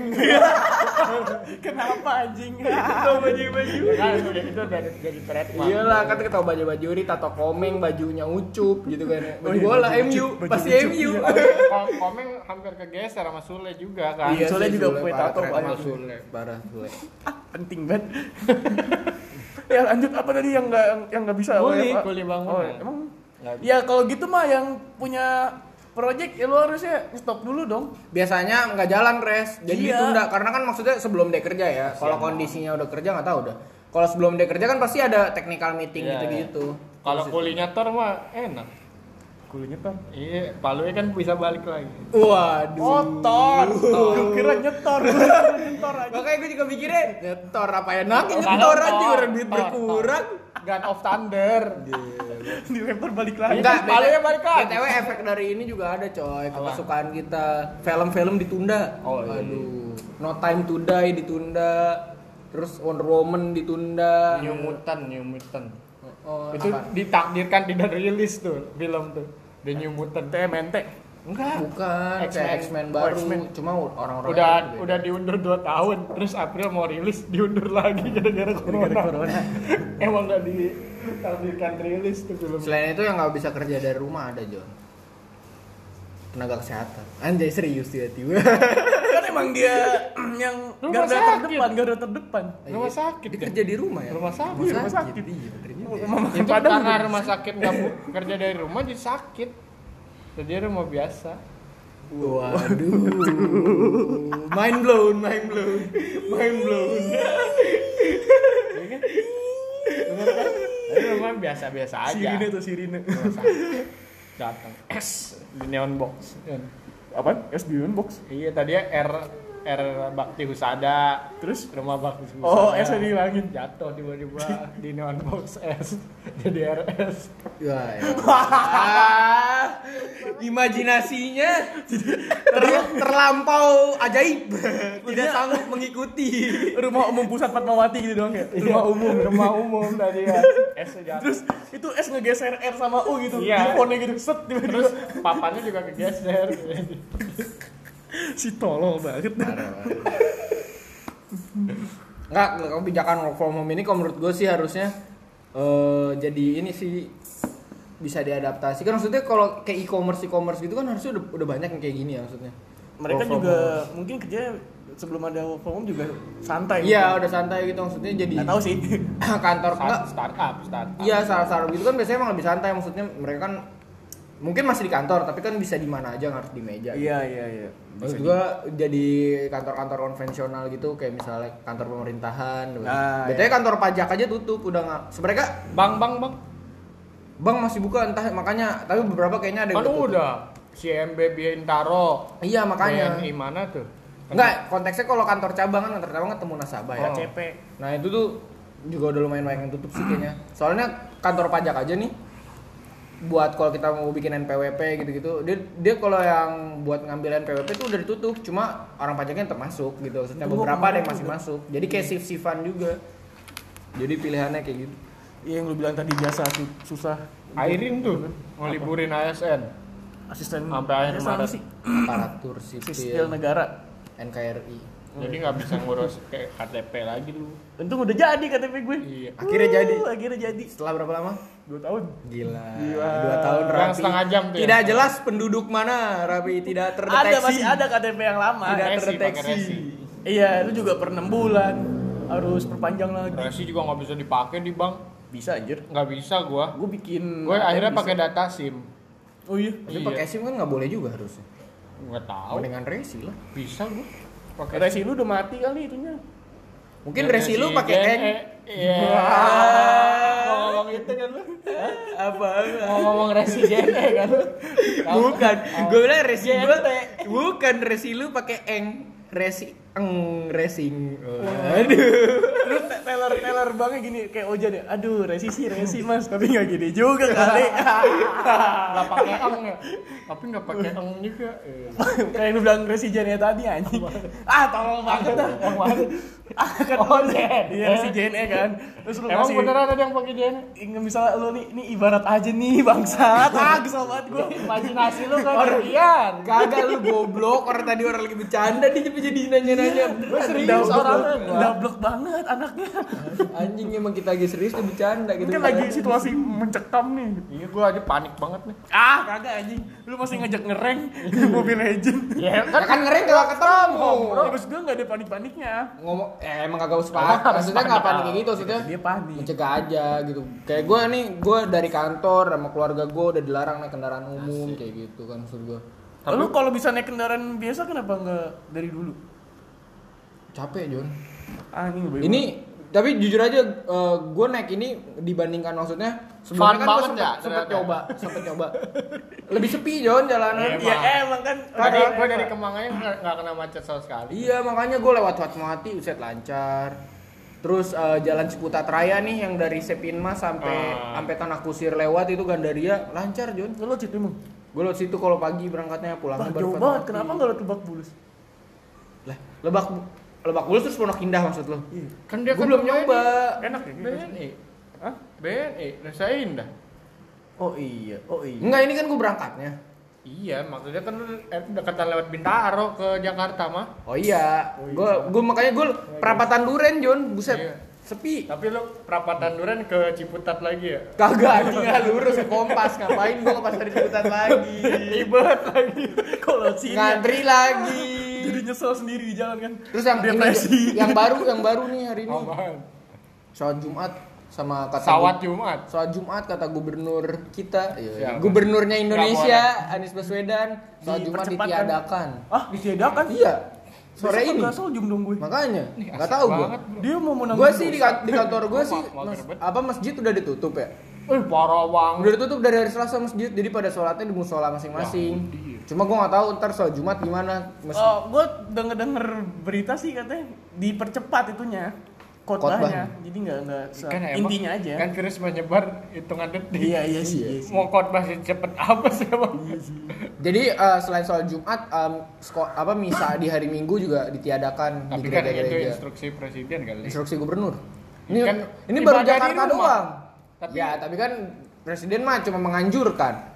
Speaker 1: kenapa anjing Iya, ketawa bajai bajuri
Speaker 3: kan udah itu udah jadi trademark
Speaker 2: Iyalah kan kita tahu baju bajuri, tato komeng, bajunya ucup gitu kan. ya. Baju
Speaker 1: iya,
Speaker 2: bola
Speaker 1: baju
Speaker 2: MU,
Speaker 1: ucup, baju
Speaker 2: pasti
Speaker 1: ucup, Iya,
Speaker 2: MU.
Speaker 3: Kom- komeng hampir kegeser sama Sule juga kan
Speaker 1: Iya, Sule
Speaker 2: sih,
Speaker 1: juga punya
Speaker 2: parah,
Speaker 1: tato
Speaker 2: keren
Speaker 1: banyak.
Speaker 2: sama Sule, parah Sule.
Speaker 1: ah penting banget ya lanjut apa tadi yang nggak yang- yang nggak bisa
Speaker 3: Kuli,
Speaker 1: Apa-
Speaker 3: kuli bangunan.
Speaker 1: oh, emang
Speaker 2: Nggak
Speaker 1: ya kalau gitu mah yang punya project ya lu harusnya stop dulu dong
Speaker 2: Biasanya nggak jalan res, jadi
Speaker 1: Iya.
Speaker 2: ditunda karena kan maksudnya sebelum dia kerja ya. Kalau kondisinya udah kerja nggak tahu udah. Kalau sebelum dia kerja kan pasti ada technical meeting
Speaker 3: Iya,
Speaker 2: gitu-gitu.
Speaker 3: kalau kuli nyetor mah enak
Speaker 1: kuli nyetor
Speaker 3: iya palunya kan bisa balik lagi
Speaker 2: Waduh.
Speaker 1: Oh. motor gue kira nyetor Gua kira nyetor aja
Speaker 2: Makanya gue juga mikirnya nyetor apa ya nak nyetor
Speaker 3: Kalau
Speaker 2: aja
Speaker 3: tor,
Speaker 2: orang duit
Speaker 3: tor,
Speaker 2: berkurang.
Speaker 3: God of Thunder
Speaker 1: di laptop balik lagi
Speaker 2: Enggak,
Speaker 3: Kan palunya balik lagi.
Speaker 2: BTW efek dari ini juga ada coy,
Speaker 3: Apa?
Speaker 2: kemasukan kita. Film-film ditunda.
Speaker 3: Oh, iya.
Speaker 2: Aduh. No Time to Die ditunda. Terus Wonder Woman ditunda.
Speaker 3: New Mutant New Mutant
Speaker 2: Oh,
Speaker 3: itu
Speaker 2: apa?
Speaker 3: ditakdirkan tidak rilis tuh film tuh The New Mutant
Speaker 1: TMNT
Speaker 3: enggak
Speaker 2: bukan
Speaker 3: X-Men.
Speaker 2: kayak X-Men
Speaker 3: Oh,
Speaker 2: baru,
Speaker 3: X-Men.
Speaker 2: cuma orang-orang
Speaker 3: udah udah diundur 2 tahun terus April mau rilis diundur lagi gara-gara corona, emang nggak ditakdirkan rilis tuh film
Speaker 2: Selain itu yang nggak bisa kerja dari rumah ada John. Tenaga kesehatan. Anjay serius tiba-tiba.
Speaker 1: kan emang dia yang
Speaker 3: Rumah
Speaker 1: garda
Speaker 3: sakit.
Speaker 1: terdepan garda terdepan
Speaker 3: Rumah sakit
Speaker 2: Dia
Speaker 3: ya?
Speaker 2: kerja di rumah ya.
Speaker 3: Rumah sakit. Oh,
Speaker 2: Rumah
Speaker 1: Rumah
Speaker 2: sakit.
Speaker 1: sakit.
Speaker 2: Iya, bener juga ya.
Speaker 1: Mama
Speaker 3: itu
Speaker 1: Padang
Speaker 3: karena rumah sakit nggak bu- kerja dari rumah jadi sakit jadi rumah biasa
Speaker 2: Waduh. Mind blown, mind blown. Mind blown.
Speaker 3: Jadi rumah biasa biasa aja
Speaker 1: sirine tuh sirine
Speaker 3: Rumah sakit. datang S di neon box
Speaker 1: apa S di box
Speaker 3: iya tadi R R Bakti Husada
Speaker 1: terus
Speaker 3: rumah Bakti Husada
Speaker 1: Oh, S tadi hilangin.
Speaker 3: jatuh tiba-tiba di neon box S jadi RS
Speaker 2: Ya, ya. Ah, Imajinasinya ter- terlampau ajaib. Tidak sanggup mengikuti. Iya.
Speaker 1: rumah umum pusat Fatmawati gitu doang ya
Speaker 3: rumah
Speaker 1: rumah
Speaker 3: umum rumah umum tadi ya S jatuh
Speaker 1: terus itu S ngegeser R sama U gitu
Speaker 3: Iya.
Speaker 1: di fontnya gitu set tiba-tiba
Speaker 3: terus papannya juga kegeser
Speaker 1: si tolol banget
Speaker 2: Enggak, kebijakan work from home ini kalau menurut gue sih harusnya eh jadi ini sih bisa diadaptasi. Kan maksudnya kalau kayak e-commerce e-commerce gitu kan harusnya udah, udah banyak yang kayak gini ya maksudnya.
Speaker 1: mereka
Speaker 2: Work from
Speaker 1: juga
Speaker 2: home.
Speaker 1: mungkin kerja sebelum ada work from home juga santai
Speaker 2: Iya, udah santai gitu maksudnya jadi
Speaker 1: nggak tahu sih
Speaker 2: kantor enggak
Speaker 3: Start- startup startup
Speaker 2: Iya, sarap-sarap gitu kan biasanya emang lebih santai maksudnya mereka kan mungkin masih di kantor tapi kan bisa di mana aja nggak harus di meja. gitu.
Speaker 1: iya iya iya
Speaker 2: Maksud gua jadi kantor-kantor konvensional gitu kayak misalnya kantor pemerintahan. gitu.
Speaker 1: Nah,
Speaker 2: Biasanya kantor pajak aja tutup udah nggak. Mereka
Speaker 3: bang bang bang
Speaker 2: bank masih buka entah makanya tapi beberapa kayaknya ada yang
Speaker 3: kan
Speaker 2: tutup.
Speaker 3: udah CMB Bintaro
Speaker 2: Iya makanya.
Speaker 3: BNI mana tuh
Speaker 2: Enggak, konteksnya kalau kantor cabang kan kantor cabang ketemu nasabah ya.
Speaker 3: Oh.
Speaker 1: CP
Speaker 2: Nah, itu tuh juga udah lumayan banyak yang tutup sih kayaknya. Soalnya kantor pajak aja nih buat kalau kita mau bikin NPWP gitu-gitu, dia dia kalau yang buat ngambil NPWP itu udah ditutup, cuma orang pajaknya tetap masuk gitu. Maksudnya
Speaker 1: Itu gua
Speaker 2: beberapa ada yang
Speaker 1: kemarin
Speaker 2: masih
Speaker 1: juga.
Speaker 2: masuk. Jadi kayak shift-shiftan juga. Jadi pilihannya kayak gitu.
Speaker 1: Iya yang lu bilang tadi biasa su- susah
Speaker 3: Airin tuh mau liburin ASN
Speaker 1: asisten
Speaker 3: Sampai
Speaker 1: asisten
Speaker 3: akhir
Speaker 1: apa
Speaker 3: Maret.
Speaker 1: sih
Speaker 2: Aparatur
Speaker 1: sipil
Speaker 2: sipil
Speaker 1: negara
Speaker 2: NKRI.
Speaker 3: jadi nggak bisa ngurus kayak KTP lagi lu
Speaker 1: untung udah jadi KTP gue
Speaker 3: iya
Speaker 2: Akhirnya
Speaker 1: Uh,
Speaker 2: jadi.
Speaker 1: akhirnya jadi
Speaker 2: Setelah berapa lama?
Speaker 1: dua tahun
Speaker 2: Gila.
Speaker 1: Gila.
Speaker 2: Dua tahun
Speaker 3: Yang
Speaker 2: rapi.
Speaker 3: setengah jam tuh ya?
Speaker 2: Tidak jelas penduduk mana rapi tidak terdeteksi.
Speaker 1: ada masih ada KTP yang lama
Speaker 2: Tidak
Speaker 3: Resi, pakai
Speaker 2: terdeteksi.
Speaker 3: resi.
Speaker 1: iya itu juga per enam bulan harus perpanjang lagi
Speaker 3: Resi juga nggak bisa dipakai di bank
Speaker 1: bisa anjir
Speaker 3: nggak bisa gua
Speaker 1: gue bikin
Speaker 3: gue akhirnya
Speaker 1: bisa.
Speaker 3: pakai data SIM
Speaker 1: oh iya
Speaker 2: Tapi
Speaker 3: Iya.
Speaker 2: pakai SIM kan nggak boleh juga harusnya.
Speaker 3: nggak
Speaker 2: Oh.
Speaker 3: tahu
Speaker 2: Dengan resi lah.
Speaker 3: bisa gua pakai
Speaker 1: Resi lu udah mati kali itunya
Speaker 2: Mungkin resi lu pakai
Speaker 3: Gen
Speaker 2: eng.
Speaker 3: E. Iya. Mau ngomong itu kan lu?
Speaker 2: Apa?
Speaker 3: Mau ngomong residen kan lu? Tahu.
Speaker 2: Bukan. Gue bilang resi
Speaker 3: Gen
Speaker 2: gua.
Speaker 3: E.
Speaker 2: Bukan resi lu pakai eng. Resi eng racing. Aduh.
Speaker 1: lu ta- teller teller banknya gini kayak Oja deh. Aduh, resisi resisi Mas, tapi nggak gini juga kali.
Speaker 3: nggak pakai eng ya tapi nggak pakai eng juga Eh,
Speaker 1: kayak lu bilang resisinya tadi anjing. Ah, tolong banget dah.
Speaker 3: yang mana
Speaker 1: Ah, kan
Speaker 3: Oh,
Speaker 1: lu-
Speaker 3: iya.
Speaker 1: Iya, si JNE kan. Terus lu
Speaker 3: emang
Speaker 1: kasih-
Speaker 3: beneran ada yang pakai E? jene
Speaker 1: Ingat misalnya lu nih, ini ibarat aja nih bangsat. Ah, kesel banget gua.
Speaker 3: imajinasi lu kan kalian
Speaker 2: Kagak lu goblok, orang tadi orang lagi bercanda dia jadi nanya-nanya.
Speaker 3: gue Iya. serius
Speaker 1: Double-
Speaker 3: orangnya
Speaker 1: double banget anaknya.
Speaker 2: Anjing emang kita lagi serius dia bercanda gitu.
Speaker 1: Mungkin lagi situasi mencekam nih.
Speaker 3: iya gue aja panik banget nih
Speaker 1: Ah, kagak anjing. Lu masih ngajak ngereng mobil legend.
Speaker 3: ya
Speaker 2: Ya kan ngering kalau ketemu.
Speaker 1: Bro, terus gue gak ada panik-paniknya.
Speaker 2: Ngomong eh, emang kagak usah panik. Maksudnya enggak panik kayak gitu, maksudnya
Speaker 1: Dia panik.
Speaker 2: mencegah aja gitu. Kayak gue nih, gue dari kantor sama keluarga gue udah dilarang naik kendaraan umum kayak gitu kan maksud gue.
Speaker 1: Lu kalau bisa naik kendaraan biasa kenapa nggak dari dulu? Ah,
Speaker 2: Capek, Jon.
Speaker 1: Anjing lebih
Speaker 2: Ini tapi jujur aja gue naik ini dibandingkan maksudnya
Speaker 3: Fun
Speaker 2: sebelumnya kan gue
Speaker 3: banget
Speaker 2: sempet,
Speaker 3: ya,
Speaker 2: sempet
Speaker 3: ternyata.
Speaker 2: coba, sempet coba. Lebih sepi Jon
Speaker 3: Iya,
Speaker 2: jalanan.
Speaker 1: ya emang kan
Speaker 3: tadi gue dari Kemang aja nggak nggak kena macet sama sekali
Speaker 2: Iya makanya gue lewat Fatmawati uset lancar. Terus eh, jalan Ciputat Raya nih yang dari Sepinma sampai
Speaker 3: Ah.
Speaker 2: sampai Tanah Kusir lewat itu Gandaria lancar Jon.
Speaker 1: lu cit emang.
Speaker 2: Gue lewat situ kalau pagi berangkatnya pulang
Speaker 1: Wah, jauh banget. Kenapa nggak lu tebak bulus?
Speaker 2: Lah, Lebak Lebak Bulus terus Pondok Indah maksud lo?
Speaker 1: Iya.
Speaker 3: kan dia
Speaker 2: Gue belum nyoba.
Speaker 1: Enak ya? gitu?
Speaker 3: BNI
Speaker 1: Hah?
Speaker 3: BNI Nusa Indah
Speaker 1: Oh iya, oh iya.
Speaker 2: Enggak ini kan gue berangkatnya.
Speaker 3: iya maksudnya kan lu eh, deketan lewat Bintaro ke Jakarta mah
Speaker 2: Oh iya, gue gue makanya gue perapatan Duren Jon, buset
Speaker 3: Iya.
Speaker 2: sepi.
Speaker 3: tapi lu perapatan Duren ke Ciputat lagi ya
Speaker 2: Kagak anjing nggak lurus ke kompas ngapain gue ke pasar Ciputat lagi?
Speaker 1: Ribet lagi. Kalau sini ya?
Speaker 2: Ngantri lagi.
Speaker 1: jadi nyesel sendiri di jalan kan.
Speaker 2: Terus yang ini, ya.
Speaker 1: Depresi.
Speaker 2: yang baru yang baru nih hari ini.
Speaker 3: Apaan?
Speaker 2: Sholat Jumat sama kata
Speaker 3: Sawat
Speaker 2: gu-
Speaker 3: Jumat
Speaker 2: Sholat Jumat kata gubernur kita, iya,
Speaker 3: Siapa?
Speaker 2: gubernurnya Indonesia Anies Baswedan sholat Jumat
Speaker 1: Dipercepatkan.
Speaker 2: ditiadakan.
Speaker 1: Ah, ditiadakan?
Speaker 2: Iya, sore
Speaker 1: Besok kan
Speaker 2: ini.
Speaker 1: Gak soal jum dong gue.
Speaker 2: Makanya nggak
Speaker 3: Asik
Speaker 2: tahu gue.
Speaker 3: banget, bro.
Speaker 1: Dia mau menang.
Speaker 2: Gue sih di, kan- di kantor gue
Speaker 3: Gua
Speaker 2: sih
Speaker 3: mau- mau
Speaker 2: mas-
Speaker 3: gerbet.
Speaker 2: apa masjid udah ditutup ya.
Speaker 3: Eh parah
Speaker 2: Udah
Speaker 3: banget
Speaker 2: ditutup dari hari Selasa masjid, jadi pada sholatnya di musola masing-masing.
Speaker 3: Wah,
Speaker 2: Cuma gue nggak tahu ntar sholat Jumat gimana. Mas-
Speaker 1: Oh, gue denger denger berita sih katanya dipercepat itunya khotbahnya. Jadi nggak nggak se-
Speaker 3: Kan emang-
Speaker 1: intinya aja.
Speaker 3: Kan virus menyebar hitungan detik
Speaker 1: Iya iya sih. Iya. sih.
Speaker 3: Mau khotbah cepet apa sih emang?
Speaker 2: Jadi eh, selain sholat Jumat, em, sko- apa misa di hari Minggu juga ditiadakan
Speaker 3: Tapi
Speaker 2: di
Speaker 3: kan itu
Speaker 2: gereja-gereja.
Speaker 3: instruksi presiden kali
Speaker 2: instruksi gubernur. Ini
Speaker 3: Kan
Speaker 2: ini baru
Speaker 3: ibadah di
Speaker 2: Jakarta
Speaker 3: rumah.
Speaker 2: doang.
Speaker 3: Tapi-
Speaker 2: ya, tapi kan presiden mah cuma menganjurkan.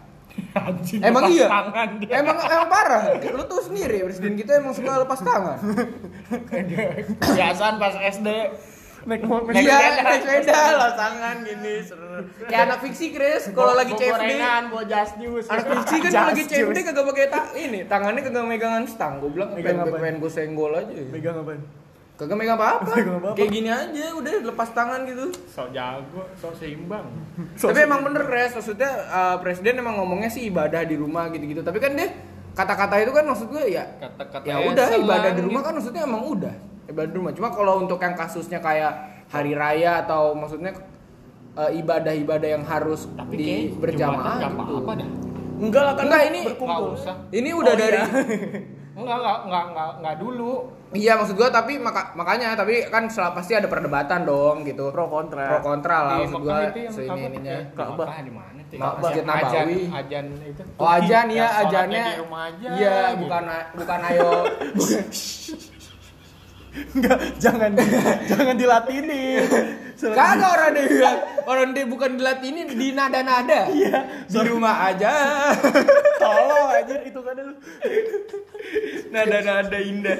Speaker 3: Anjing,
Speaker 2: Emang
Speaker 3: lepas
Speaker 2: iya.
Speaker 3: tangan dia.
Speaker 2: Emang emang parah. Lu tuh sendiri presiden kita emang suka lepas tangan.
Speaker 3: Kebiasaan pas SD
Speaker 1: Naik mau naik-
Speaker 2: Iya,
Speaker 3: sepeda.
Speaker 2: naik sepeda lepas tangan gini. seru.
Speaker 3: Ya,
Speaker 2: Kayak anak fiksi Chris kalau lagi
Speaker 3: Bawa
Speaker 2: CFD.
Speaker 3: gorengan, bawa jas news
Speaker 2: Anak fiksi kan kalau lagi
Speaker 1: Jas,
Speaker 2: CFD kagak pakai tak ini, tangannya kagak megangan stang. Gua bilang
Speaker 1: Megang
Speaker 2: pengen
Speaker 1: apa?
Speaker 2: pengen gue senggol aja.
Speaker 1: Megang apaan?
Speaker 2: Kagak megang apa-apa.
Speaker 1: Megang apa-apa.
Speaker 2: Kayak gini aja udah lepas tangan gitu.
Speaker 3: Sok jago, sok seimbang
Speaker 2: tapi emang bener res maksudnya uh, presiden emang ngomongnya sih ibadah di rumah gitu-gitu tapi kan dia kata-kata itu kan maksud gue ya
Speaker 3: Kata-kata
Speaker 2: ya
Speaker 3: yang
Speaker 2: udah
Speaker 3: senang
Speaker 2: ibadah di rumah
Speaker 3: gitu.
Speaker 2: kan maksudnya emang udah ibadah di rumah cuma kalau untuk yang kasusnya kayak hari raya atau maksudnya uh, ibadah-ibadah yang harus
Speaker 3: Tapi
Speaker 2: di
Speaker 3: kayaknya
Speaker 2: berjamaah
Speaker 3: Jumatan nggak
Speaker 2: gitu
Speaker 3: apa-apa dah
Speaker 1: Enggak lah kan
Speaker 2: Enggak, ini-
Speaker 1: berkumpul.
Speaker 3: Nggak usah.
Speaker 2: ini udah
Speaker 1: Oh, iya.
Speaker 2: dari
Speaker 3: Enggak, enggak, enggak, enggak, enggak dulu
Speaker 2: iya maksud gue tapi maka- makanya tapi kan sel- pasti ada perdebatan dong gitu
Speaker 1: pro kontra. Iya,
Speaker 2: pro kontra lah
Speaker 3: Di
Speaker 2: maksud
Speaker 3: Mekah
Speaker 2: gue
Speaker 3: itu yang
Speaker 2: seini
Speaker 3: apa,
Speaker 2: ininya
Speaker 3: di
Speaker 1: Ka'bah.
Speaker 3: Mekah di mana tuh?
Speaker 2: Ma- Masjid
Speaker 3: Yang ajan-
Speaker 2: Nabawi.
Speaker 3: Ajan itu.
Speaker 2: Oh ajan ya
Speaker 3: Yang sholatnya
Speaker 2: ajannya.
Speaker 3: di rumah aja.
Speaker 2: Iya
Speaker 3: gitu.
Speaker 2: bukan bukan ayo.
Speaker 1: Enggak, jangan jangan dilatinin. Kan?
Speaker 2: Kagak orang dia bilang orang dia bukan di ini di nada nada. Iya. Di rumah aja.
Speaker 1: Tolong anjir itu kan lu.
Speaker 2: nada nada indah.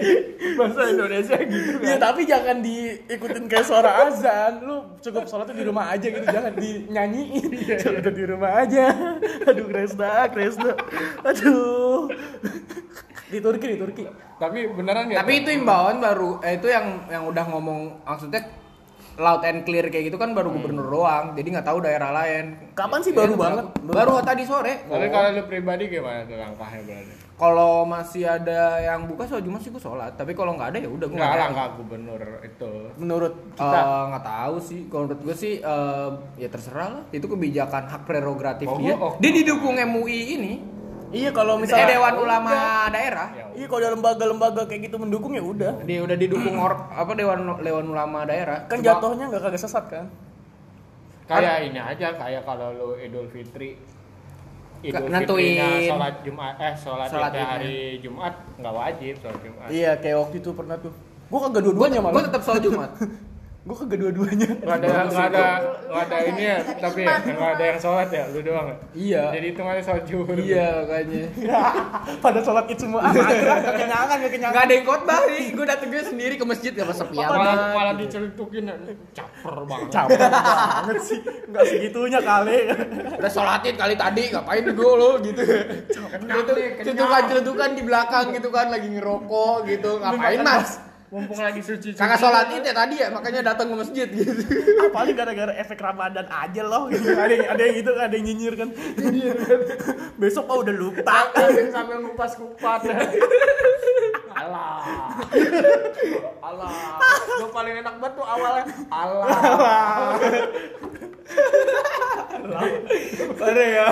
Speaker 3: bahasa Indonesia gitu
Speaker 1: Ya tapi jangan diikutin kayak suara azan. Lu cukup sholatnya di rumah aja gitu, jangan dinyanyiin. Sholatnya di rumah aja. Aduh Kresna, Kresna. Aduh. Di Turki, di Turki.
Speaker 3: Tapi beneran ya.
Speaker 2: Tapi itu imbauan baru eh, itu yang yang udah ngomong maksudnya loud and clear kayak gitu kan baru gubernur doang. Jadi nggak tahu daerah lain.
Speaker 1: Kapan sih
Speaker 2: Iya,
Speaker 1: baru
Speaker 2: nggak
Speaker 1: banget?
Speaker 2: tahu. Baru tadi sore.
Speaker 3: Tapi kalau lu pribadi gimana tuh langkahnya berarti?
Speaker 2: Kalau masih ada yang buka soal Jumat sih gue sholat. Tapi kalau nggak ada ya udah gue
Speaker 3: Enggak langkah gubernur itu.
Speaker 1: menurut
Speaker 2: kita
Speaker 1: kita.
Speaker 2: Eh, nggak tahu sih kalau menurut gue sih eh, ya terserah lah itu kebijakan hak prerogatif
Speaker 3: Oh,
Speaker 2: dia
Speaker 3: oh.
Speaker 2: dia didukung MUI ini
Speaker 1: Iya kalau
Speaker 2: Eh,
Speaker 1: misalnya
Speaker 2: dewan ulama daerah.
Speaker 1: Iya kalau ada lembaga-lembaga kayak gitu mendukung ya udah.
Speaker 2: Dia udah didukung or, apa dewan dewan ulama daerah.
Speaker 1: Kan
Speaker 2: Cuma
Speaker 1: jatuhnya nggak kagak sesat kan?
Speaker 3: kayak ini aja kayak kalau lu Idul Fitri Idul
Speaker 2: nentuin.
Speaker 3: Fitrinya sholat Jumat eh sholat,
Speaker 2: Sholat
Speaker 3: Idnya
Speaker 2: Idnya.
Speaker 3: hari Jumat nggak wajib sholat Jumat.
Speaker 1: Iya kayak waktu itu pernah tuh. Gua kagak dua-duanya
Speaker 2: Gua
Speaker 1: malah.
Speaker 2: tetap sholat Jumat.
Speaker 1: Gua kagak dua-duanya.
Speaker 3: Nggak ada nggak ada nggak ada ini ya tapi ya, nggak ada yang sholat ya lu doang. ya?
Speaker 1: Iya.
Speaker 3: Jadi itu masih sholat zuhur.
Speaker 2: iya, makanya.
Speaker 1: Pada sholat id semua. Kenyangan ya
Speaker 2: Enggak ada yang khotbah nih. Gua datangnya sendiri ke masjid Ya, enggak sepian.
Speaker 3: Malah malah dicelutukin ya. caper banget.
Speaker 1: Capek banget sih. Nggak segitunya kali.
Speaker 2: Udah sholatin kali tadi, ngapain dulu lo gitu. Gitu, cetukan-cetukan di belakang gitu kan lagi ngerokok gitu. Ngapain, Mas?
Speaker 3: Mumpung lagi suci.
Speaker 2: Kakak sholatin ya tadi ya, makanya datang ke masjid gitu.
Speaker 1: Ah, paling gara-gara efek Ramadan aja loh. Gitu. Ada yang ada yang gitu, ada yang nyinyir kan. Besok mah udah lupa.
Speaker 3: Sambil sambil ngupas kupat. Alah. Alah. Gue paling enak banget tuh awalnya. Alah.
Speaker 2: Parah ya.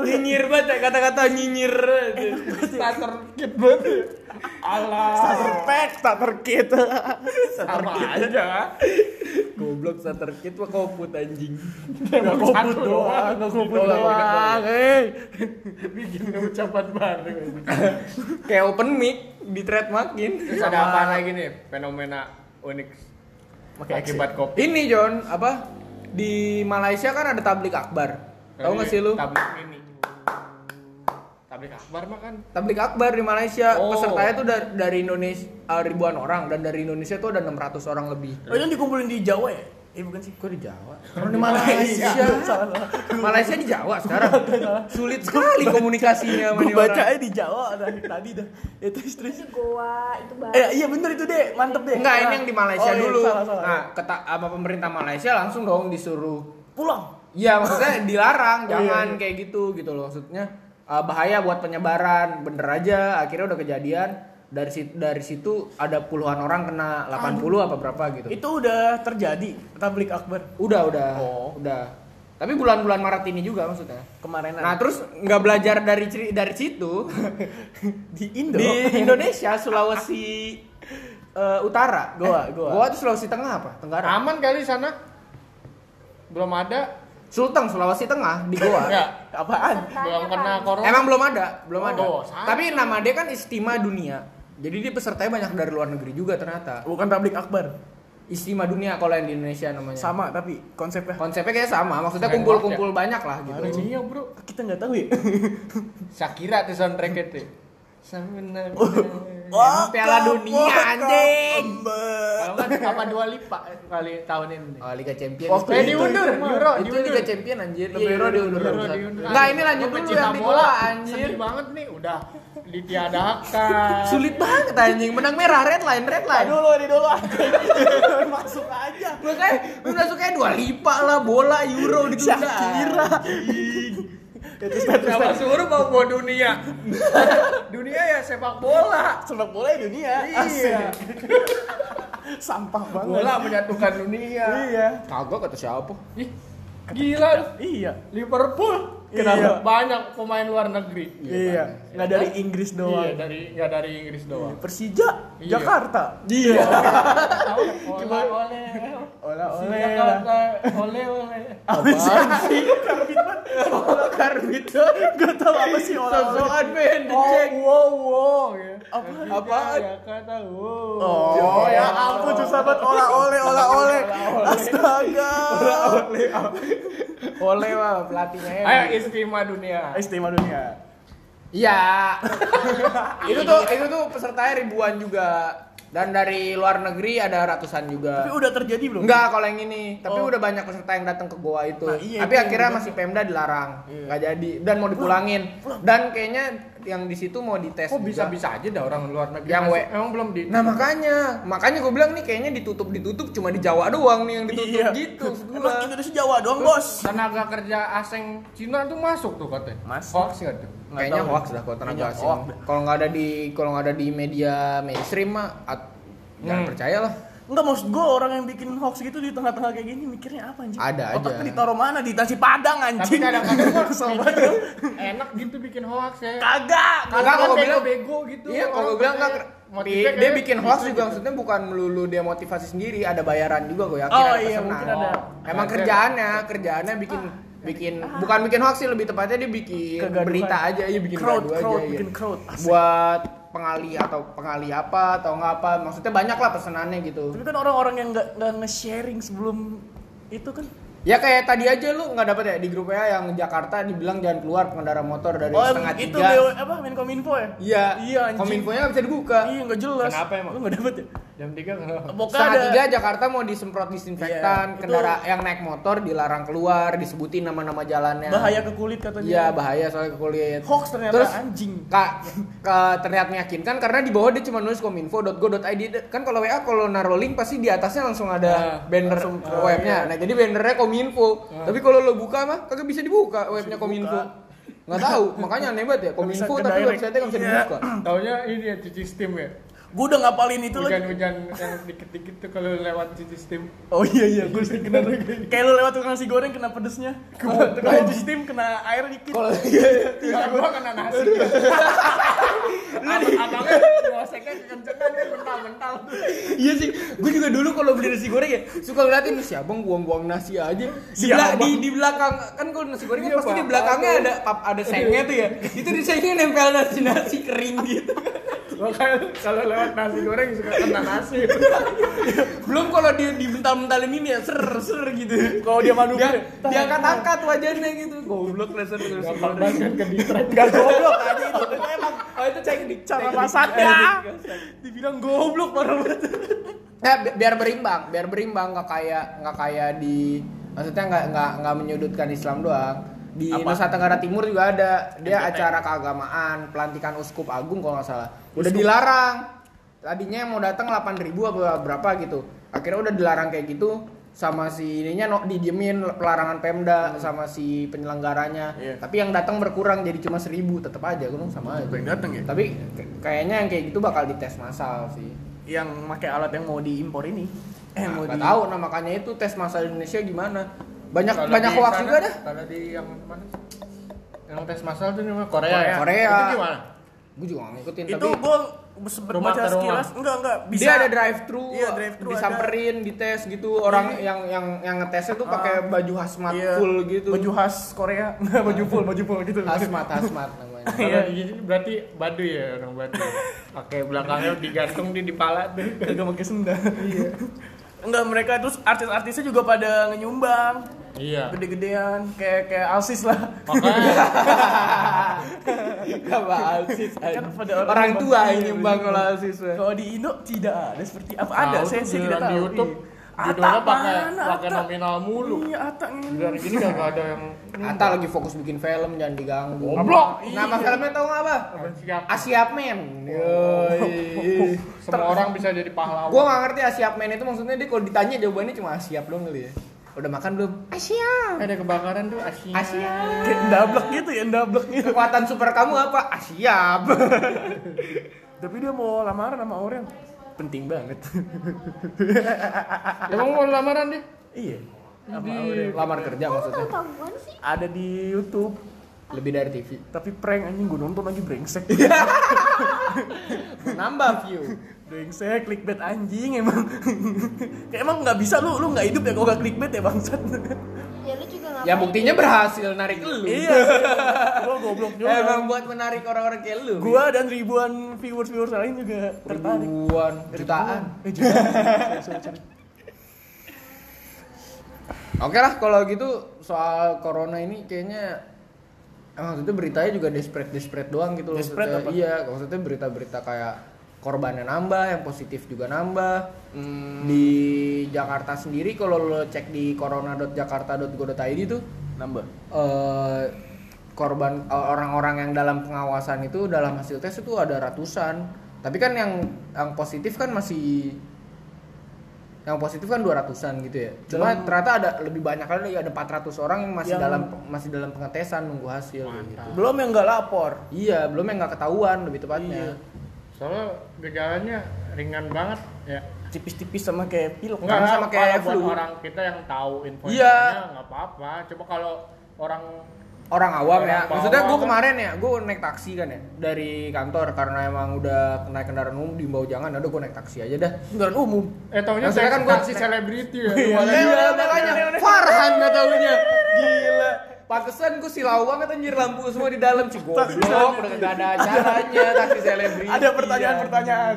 Speaker 2: Nyinyir banget ya, kata-kata nyinyir. Starter kit banget. ya.
Speaker 3: Alah.
Speaker 1: Starter pack, starter kit.
Speaker 3: Sama aja.
Speaker 2: Goblok starter kit mah koput anjing.
Speaker 1: Nggak
Speaker 3: Satu
Speaker 1: koput doang,
Speaker 3: doang.
Speaker 1: nggak koput
Speaker 2: Ditolak,
Speaker 1: doang. Eh,
Speaker 3: Bikin ucapan baru.
Speaker 2: Kayak open mic di trademarkin.
Speaker 3: Terus ada apa lagi nih? Fenomena unik
Speaker 1: Pakai ya?
Speaker 3: akibat kopi.
Speaker 2: Ini John, apa? Di Malaysia kan ada tablik akbar.
Speaker 3: Iya,
Speaker 2: Tahu nggak sih lu?
Speaker 3: Tablik ini. Tablik akbar mah kan.
Speaker 2: Tablik akbar di Malaysia
Speaker 3: Oh.
Speaker 2: pesertanya tuh dari, dari Indonesia eh, ribuan orang dan dari Indonesia tuh ada 600 orang lebih.
Speaker 1: Oh, yang dikumpulin di Jawa ya? Eh, bukan sih.
Speaker 2: Kok di Jawa?
Speaker 1: Karena di
Speaker 2: Malaysia.
Speaker 1: Salah.
Speaker 2: Malaysia di Jawa sekarang. Sulit sekali komunikasinya
Speaker 1: Gue
Speaker 2: sama ini orang.
Speaker 1: bacanya di Jawa tadi, tadi dah. Ya terus terus.
Speaker 4: Itu goa, itu Bali.
Speaker 1: Eh, iya bener itu deh, mantep deh.
Speaker 2: Enggak, ini
Speaker 1: Salah.
Speaker 2: yang di Malaysia
Speaker 1: Oh, iya,
Speaker 2: dulu.
Speaker 1: salah, salah.
Speaker 2: Nah, kata sama pemerintah Malaysia langsung dong disuruh.
Speaker 1: Pulang.
Speaker 2: Iya, maksudnya
Speaker 1: Oh,
Speaker 2: dilarang,
Speaker 1: iya,
Speaker 2: jangan
Speaker 1: iya.
Speaker 2: kayak gitu gitu loh maksudnya. eh, bahaya buat penyebaran. Bener aja, akhirnya udah kejadian dari situ, dari situ ada puluhan orang kena 80 apa berapa gitu.
Speaker 1: Itu udah terjadi tablik akbar
Speaker 2: Udah, udah.
Speaker 1: Oh.
Speaker 2: Udah. Tapi bulan-bulan Maret ini juga maksudnya.
Speaker 1: kemarin.
Speaker 2: Nah, terus nggak belajar dari ceri- dari situ
Speaker 1: di Indo.
Speaker 2: di Indonesia, Sulawesi eh, Utara,
Speaker 1: Goa,
Speaker 2: Eh,
Speaker 1: Goa.
Speaker 2: Goa itu Sulawesi Tengah apa? Tenggara.
Speaker 3: Aman kali sana. Belum ada.
Speaker 2: Sulteng Sulawesi Tengah di Goa.
Speaker 3: Enggak.
Speaker 1: Apaan?
Speaker 3: Belum kena
Speaker 4: kan.
Speaker 3: corona.
Speaker 2: Emang belum ada, belum ada.
Speaker 3: Ya. Oh, sayang.
Speaker 2: Tapi nama dia kan Istima Dunia. Jadi dia pesertanya banyak dari luar negeri juga ternyata.
Speaker 1: Bukan tablik akbar.
Speaker 2: Istima Dunia kalau yang di Indonesia namanya.
Speaker 1: Sama tapi konsepnya
Speaker 2: Konsepnya kayak sama, maksudnya
Speaker 3: Keren
Speaker 2: kumpul-kumpul banyak lah gitu.
Speaker 3: Iya bro.
Speaker 1: kita nggak tahu ya.
Speaker 3: Shakira tuh soundtrack itu. Sebenarnya.
Speaker 2: Piala Dunia, anjing.
Speaker 1: Kembar.
Speaker 3: Kalau nggak kan? apa dua lipa kali tahun ini.
Speaker 2: Oh, Liga Champion.
Speaker 1: Waktu
Speaker 3: Eh
Speaker 1: itu-
Speaker 3: diundur, Euro
Speaker 2: itu
Speaker 3: diundur.
Speaker 2: Liga Champion anjir.
Speaker 1: Iya, Euro diundur.
Speaker 2: Euro
Speaker 3: Euro diundur.
Speaker 2: Enggak, ini lanjut
Speaker 3: Gua
Speaker 2: dulu
Speaker 3: pecinta
Speaker 2: yang di bola anjir.
Speaker 3: Sedih banget nih, udah ditiadakan.
Speaker 2: Sulit banget anjing, menang merah red line, red line.
Speaker 1: Dulu ini dulu anjing. Masuk aja.
Speaker 2: Makanya lu udah suka ya, dua lipa lah bola Euro ditunda.
Speaker 1: Shakira. Ya, terus terus,
Speaker 3: Kenapa
Speaker 1: terus.
Speaker 3: suruh bawa bawa dunia? dunia ya sepak bola.
Speaker 1: Sepak bola dunia. Asik.
Speaker 3: Iya.
Speaker 1: Sampah banget.
Speaker 3: Bola menyatukan dunia.
Speaker 1: Iya.
Speaker 2: Kagak kata siapa?
Speaker 3: Ih, gila lu.
Speaker 1: Iya.
Speaker 3: Liverpool.
Speaker 1: Iya.
Speaker 3: Kenapa banyak pemain luar negeri?
Speaker 1: Iya. Nggak dari Inggris
Speaker 3: Iya,
Speaker 1: doang.
Speaker 3: dari nggak dari Inggris doang.
Speaker 1: Persija,
Speaker 3: Iya.
Speaker 1: Jakarta. Iya.
Speaker 3: Oleh, oleh, oleh.
Speaker 1: Ola
Speaker 3: Si
Speaker 1: oleh.
Speaker 3: Jakarta, oleh, oleh.
Speaker 1: Apa sih?
Speaker 2: Karbit.
Speaker 1: gitu, Gak tau apa sih ola oleh.
Speaker 2: Sosokan men dicek.
Speaker 3: Oh, wow, wow. gitu.
Speaker 1: Apa?
Speaker 2: Apaan?
Speaker 3: Jakarta, ya, wow.
Speaker 1: Oh, ya ampun susah banget ola ole ola ole. Astaga. ya
Speaker 2: Oleh mah pelatihnya. ya.
Speaker 3: Ayo Eh, istimewa dunia.
Speaker 1: Istimewa dunia.
Speaker 2: Iya. itu tuh itu tuh pesertanya ribuan juga. Dan dari luar negeri ada ratusan juga.
Speaker 1: Tapi udah terjadi belum?
Speaker 2: Enggak kalau yang ini, tapi
Speaker 1: Oh.
Speaker 2: udah banyak peserta yang datang ke goa itu.
Speaker 1: Nah, iya,
Speaker 2: tapi
Speaker 1: itu
Speaker 2: akhirnya
Speaker 1: yang
Speaker 2: masih Pemda dilarang,
Speaker 1: Iya.
Speaker 2: nggak jadi dan mau dipulangin. Dan kayaknya yang di situ mau dites.
Speaker 3: Kok
Speaker 2: juga.
Speaker 3: bisa-bisa aja dah orang luar negeri?
Speaker 2: Yang
Speaker 3: masuk?
Speaker 2: we-
Speaker 3: emang belum di.
Speaker 2: Nah makanya, makanya gue bilang nih kayaknya ditutup ditutup cuma di Jawa doang nih yang ditutup
Speaker 1: Iya.
Speaker 2: gitu. maksud gua.
Speaker 1: Emang Indonesia Jawa doang, Bos.
Speaker 3: Tenaga kerja asing Cina tuh masuk tuh katanya.
Speaker 1: Masuk.
Speaker 3: Hoax nggak tuh?
Speaker 2: Kayaknya
Speaker 1: Nggak tahu
Speaker 2: hoax
Speaker 1: deh.
Speaker 2: dah kalau tenaga
Speaker 1: Kayaknya
Speaker 2: asing.
Speaker 1: hoax deh.
Speaker 2: Kalau nggak ada di kalau nggak ada di media mainstream mah at- jangan
Speaker 3: Hmm.
Speaker 2: percaya lah.
Speaker 1: Enggak maksud gue orang yang bikin hoax gitu di tengah-tengah kayak gini mikirnya apa anjing?
Speaker 2: Ada
Speaker 1: Otaknya
Speaker 2: aja.
Speaker 1: ditaruh mana? Di nasi Padang
Speaker 3: Tapi
Speaker 1: anjing.
Speaker 3: kadang-kadang gua
Speaker 1: Kesel
Speaker 3: mikir,
Speaker 1: banget gua.
Speaker 3: enak gitu bikin hoax ya.
Speaker 1: Kagak.
Speaker 3: Kadang
Speaker 2: Kagak, kalau
Speaker 3: kan
Speaker 2: bilang-
Speaker 3: bego gitu.
Speaker 2: Iya, kalau
Speaker 3: orang
Speaker 2: gue bilang kan
Speaker 3: katanya motifnya
Speaker 2: dia,
Speaker 3: kayak
Speaker 2: bikin
Speaker 3: gitu
Speaker 2: hoax
Speaker 3: gitu.
Speaker 2: juga maksudnya bukan melulu dia motivasi sendiri, ada bayaran juga gue yakin.
Speaker 1: Oh,
Speaker 2: ada
Speaker 1: iya,
Speaker 2: pesanan.
Speaker 1: mungkin ada. Ah.
Speaker 2: Emang
Speaker 3: Ada.
Speaker 2: kerjaannya, kerjaannya bikin bikin bukan bikin hoax sih lebih tepatnya dia bikin
Speaker 1: Kegaduhan.
Speaker 2: berita aja, iya bikin
Speaker 1: crowd,
Speaker 2: gaduh aja,
Speaker 1: crowd,
Speaker 2: iya.
Speaker 1: bikin crowd. Asik.
Speaker 2: buat pengali atau pengali apa atau nggak apa maksudnya banyak lah pesenannya gitu
Speaker 1: Tapi kan orang-orang yang nggak nggak nge-sharing sebelum itu kan
Speaker 2: ya kayak tadi aja lu nggak dapet ya di grup WA yang Jakarta dibilang jangan keluar pengendara motor dari
Speaker 1: Oh,
Speaker 2: setengah
Speaker 1: itu
Speaker 2: tiga
Speaker 1: BW, apa Menkominfo ya?
Speaker 2: iya
Speaker 1: Iya anjing.
Speaker 2: kominfonya nggak bisa dibuka
Speaker 1: Iya nggak jelas.
Speaker 3: Kenapa emang?
Speaker 1: Lu nggak dapet ya?
Speaker 3: Jam 3 kalau
Speaker 1: Pokoknya
Speaker 2: setengah
Speaker 1: ada.
Speaker 2: tiga Jakarta mau disemprot disinfektan
Speaker 1: Iya, itu-
Speaker 2: kendara yang naik motor dilarang keluar disebutin nama-nama jalannya
Speaker 1: bahaya ke kulit katanya.
Speaker 2: iya bahaya soalnya ke kulit
Speaker 1: Hoax ternyata
Speaker 2: Terus-
Speaker 1: anjing.
Speaker 2: Kak, ka- terlihat meyakinkan karena di bawah dia cuma nulis kominfo.go.id kan kalau WA kalau naruh link pasti di atasnya langsung
Speaker 1: Iya,
Speaker 2: ada banner
Speaker 1: ah,
Speaker 2: webnya. Nah jadi bannernya kominfo. Tapi kalau lo buka mah kagak bisa dibuka webnya kominfo. Nggak tahu, makanya aneh banget ya
Speaker 1: bisa
Speaker 2: kominfo
Speaker 1: ke
Speaker 2: tapi
Speaker 1: direct.
Speaker 2: website-nya nggak bisa
Speaker 1: Iya.
Speaker 2: dibuka.
Speaker 3: Taunya ini ya cuci steam ya.
Speaker 1: Gue udah ngapalin itu lagi.
Speaker 3: Hujan-hujan yang dikit-dikit tuh kalau lewat cuci steam.
Speaker 1: Oh iya iya, gue sering kena Kayak lu lewat tukang nasi goreng kena pedesnya. Tukang cuci steam kena air dikit.
Speaker 2: Kalau iya, iya.
Speaker 3: Iya, gua kena nasi. Abangnya ngoseknya kekencengan kan mental-mental.
Speaker 2: Iya sih, gue juga dulu kalau beli nasi goreng ya suka ngeliatin si abang buang-buang nasi aja. Di,
Speaker 1: Si
Speaker 2: bela-
Speaker 1: abang.
Speaker 2: di, di belakang kan kalau nasi goreng kan
Speaker 3: Iya,
Speaker 2: pasti di
Speaker 3: Pak.
Speaker 2: belakangnya ada pap- ada sengnya tuh ya. Itu di sengnya nempel nasi-nasi kering gitu.
Speaker 3: Makanya kalau lewat nasi goreng suka kena nasi.
Speaker 2: Belum kalau dia dibental-bentalin ini ya ser ser gitu.
Speaker 1: Kalau dia madu
Speaker 2: Dia diangkat-angkat wajahnya gitu. Goblok dasar nasi
Speaker 3: Gampang
Speaker 2: goreng.
Speaker 3: banget kan ke distract.
Speaker 1: Gak goblok aja itu. Emang
Speaker 2: Oh itu cek di
Speaker 1: cara
Speaker 2: cek di-
Speaker 1: masaknya.
Speaker 2: cek di-
Speaker 1: Dibilang goblok parah banget.
Speaker 2: Nah, bi- biar berimbang, biar berimbang nggak kayak nggak kayak di maksudnya nggak nggak nggak menyudutkan Islam doang. Di
Speaker 1: Apa?
Speaker 2: Nusa Tenggara Timur juga ada dia acara keagamaan, pelantikan uskup agung kalau nggak salah. Udah dilarang. Tadinya yang mau datang 8.000 apa berapa gitu. Akhirnya udah dilarang kayak gitu sama si ininya no, didiemin pelarangan Pemda sama si penyelenggaranya.
Speaker 1: Hmm. Iya.
Speaker 2: Tapi yang datang berkurang jadi cuma 1.000 tetap aja gue bilang sama aja.
Speaker 1: Yang dateng ya?
Speaker 2: Tapi k- kayaknya yang kayak gitu bakal dites massal sih.
Speaker 1: Yang pakai alat yang mau diimpor ini. Eh
Speaker 2: Nah,
Speaker 1: mau
Speaker 2: nggak
Speaker 1: di
Speaker 2: tahu nah makanya itu tes masa Indonesia gimana banyak
Speaker 3: Kalau
Speaker 2: banyak
Speaker 3: di
Speaker 2: hoax
Speaker 3: sana,
Speaker 2: juga dah
Speaker 3: Kalau di yang mana? Yang tes masal tuh di mana? Korea. ya?
Speaker 2: Korea.
Speaker 3: Itu gimana?
Speaker 2: gue juga nggak ngikutin
Speaker 1: Itu
Speaker 2: tapi
Speaker 1: gue sempet
Speaker 3: Rumah
Speaker 1: baca
Speaker 3: ke rumah.
Speaker 1: sekilas enggak enggak bisa
Speaker 2: dia ada drive thru
Speaker 1: Iya, drive-thru
Speaker 2: disamperin dites gitu orang yang yang yang ngetesnya tuh pakai baju hazmat
Speaker 1: Iya,
Speaker 2: full gitu
Speaker 1: Baju khas Korea, Nggak, baju full, baju full gitu.
Speaker 2: hazmat hazmat namanya
Speaker 3: Kalau di sini berarti badu ya orang badu. Oke, belakangnya digantung di di pala tuh.
Speaker 1: Kagak pakai sendal. Iya. Enggak mereka terus artis-artisnya juga pada nyumbang
Speaker 3: Iya.
Speaker 1: gede-gedean kayak kayak Alsis lah.
Speaker 3: Makanya
Speaker 2: Gak bakal sih
Speaker 1: Kan pada orang
Speaker 2: orang
Speaker 1: yang
Speaker 2: tua
Speaker 1: bakal-
Speaker 2: yang nyumbang kalau siswa
Speaker 1: Kalau di Indo tidak ada seperti apa
Speaker 3: Tahu
Speaker 1: ada
Speaker 3: tuh
Speaker 1: saya, saya tidak
Speaker 3: giliran
Speaker 1: tahu.
Speaker 3: di YouTube,
Speaker 1: Iya.
Speaker 3: judulnya
Speaker 1: Atta
Speaker 3: pakai-
Speaker 1: mana,
Speaker 3: pakai
Speaker 1: Atta?
Speaker 3: nominal mulu.
Speaker 1: Iya, Atta ini.
Speaker 3: dari sini kagak ada yang
Speaker 2: Ata lagi fokus bikin film jangan diganggu
Speaker 3: Goblok.
Speaker 2: nama
Speaker 1: Iya.
Speaker 2: filmnya tau nggak apa
Speaker 3: siap.
Speaker 2: Asiap Men Yoi.
Speaker 3: Semua orang bisa jadi pahlawan.
Speaker 2: Gua gak ngerti Asiap men itu maksudnya dia kalau ditanya jawabannya cuma Asiap doang kali ya. Udah makan belum?
Speaker 4: Ah,
Speaker 2: Asiap.
Speaker 3: ada kebakaran tuh Asia.
Speaker 2: Asiap.
Speaker 1: Kayak ndablek gitu ya, ndablek gitu.
Speaker 2: Kekuatan super kamu apa? Asiap.
Speaker 1: Tapi dia mau lamaran sama orang. Penting banget.
Speaker 3: Emang mau lamaran deh?
Speaker 1: iya. Sama Aurel.
Speaker 2: Lamar kerja maksudnya.
Speaker 4: Tahu tahuan sih.
Speaker 1: Ada di YouTube,
Speaker 2: Lebih dari TV.
Speaker 1: tapi prank anjing gue nonton lagi brengsek.
Speaker 2: Nambah view.
Speaker 1: Brengsek, clickbait anjing emang. Kayak emang nggak bisa lu, lu nggak hidup ya kalau nggak clickbait ya bangsat.
Speaker 4: Ya lu juga ngapain?
Speaker 2: Ya buktinya berhasil narik lu.
Speaker 1: iya. Gua goblok juga.
Speaker 2: Emang buat menarik orang-orang kayak lu.
Speaker 1: Gua dan ribuan viewers viewers lain juga tertarik.
Speaker 2: ribuan jutaan.
Speaker 1: Eh, jutaan. Sorry, sorry.
Speaker 2: Oke lah kalau gitu soal corona ini kayaknya emang itu beritanya juga desperate desperate doang gitu loh.
Speaker 1: Desperate
Speaker 2: maksudnya.
Speaker 1: apa?
Speaker 2: Iya, maksudnya berita-berita kayak korbannya nambah, yang positif juga nambah.
Speaker 1: Hmm.
Speaker 2: Di Jakarta sendiri kalau lo cek di corona.jakarta.go.id tuh
Speaker 1: Nambah.
Speaker 2: eh, korban eh, orang-orang yang dalam pengawasan itu dalam hasil tes itu ada ratusan. Tapi kan yang yang positif kan masih yang positif kan 200-an gitu ya. Cuma
Speaker 1: Dalam-
Speaker 2: ternyata ada lebih banyak lagi ada 400 orang yang masih
Speaker 1: Yang-
Speaker 2: dalam masih dalam pengetesan nunggu hasil gitu.
Speaker 1: Belum yang nggak lapor. Iya.
Speaker 2: Iya, belum yang nggak ketahuan lebih tepatnya.
Speaker 3: Soalnya gejalanya ringan banget ya.
Speaker 1: tipis-tipis sama kayak pilek
Speaker 3: Enggak,
Speaker 2: Karena
Speaker 3: sama
Speaker 2: sama kayak
Speaker 3: kayak buat
Speaker 2: flu.
Speaker 3: orang kita yang tahu info
Speaker 2: Iya.
Speaker 3: nggak apa-apa. Coba kalau orang
Speaker 2: orang awam
Speaker 3: Orang
Speaker 2: ya
Speaker 3: awam.
Speaker 2: maksudnya gue kemarin ya gue naik taksi kan ya dari kantor karena emang udah naik kendaraan umum diimbau jangan ada gue naik taksi aja dah
Speaker 1: kendaraan umum
Speaker 3: eh
Speaker 2: Maksudnya
Speaker 3: taunya saya
Speaker 2: kan
Speaker 3: kan
Speaker 2: gua-
Speaker 3: taksi selebriti ya.
Speaker 1: Iya,
Speaker 2: Eh, udah, makanya Farhan gak taunya Gila Pantesan gue silau banget anjir lampu semua di dalam Cik goblok
Speaker 1: Taksi selebriti.
Speaker 2: udah gak ada acaranya Taksi selebriti Iya.
Speaker 1: ada pertanyaan-pertanyaan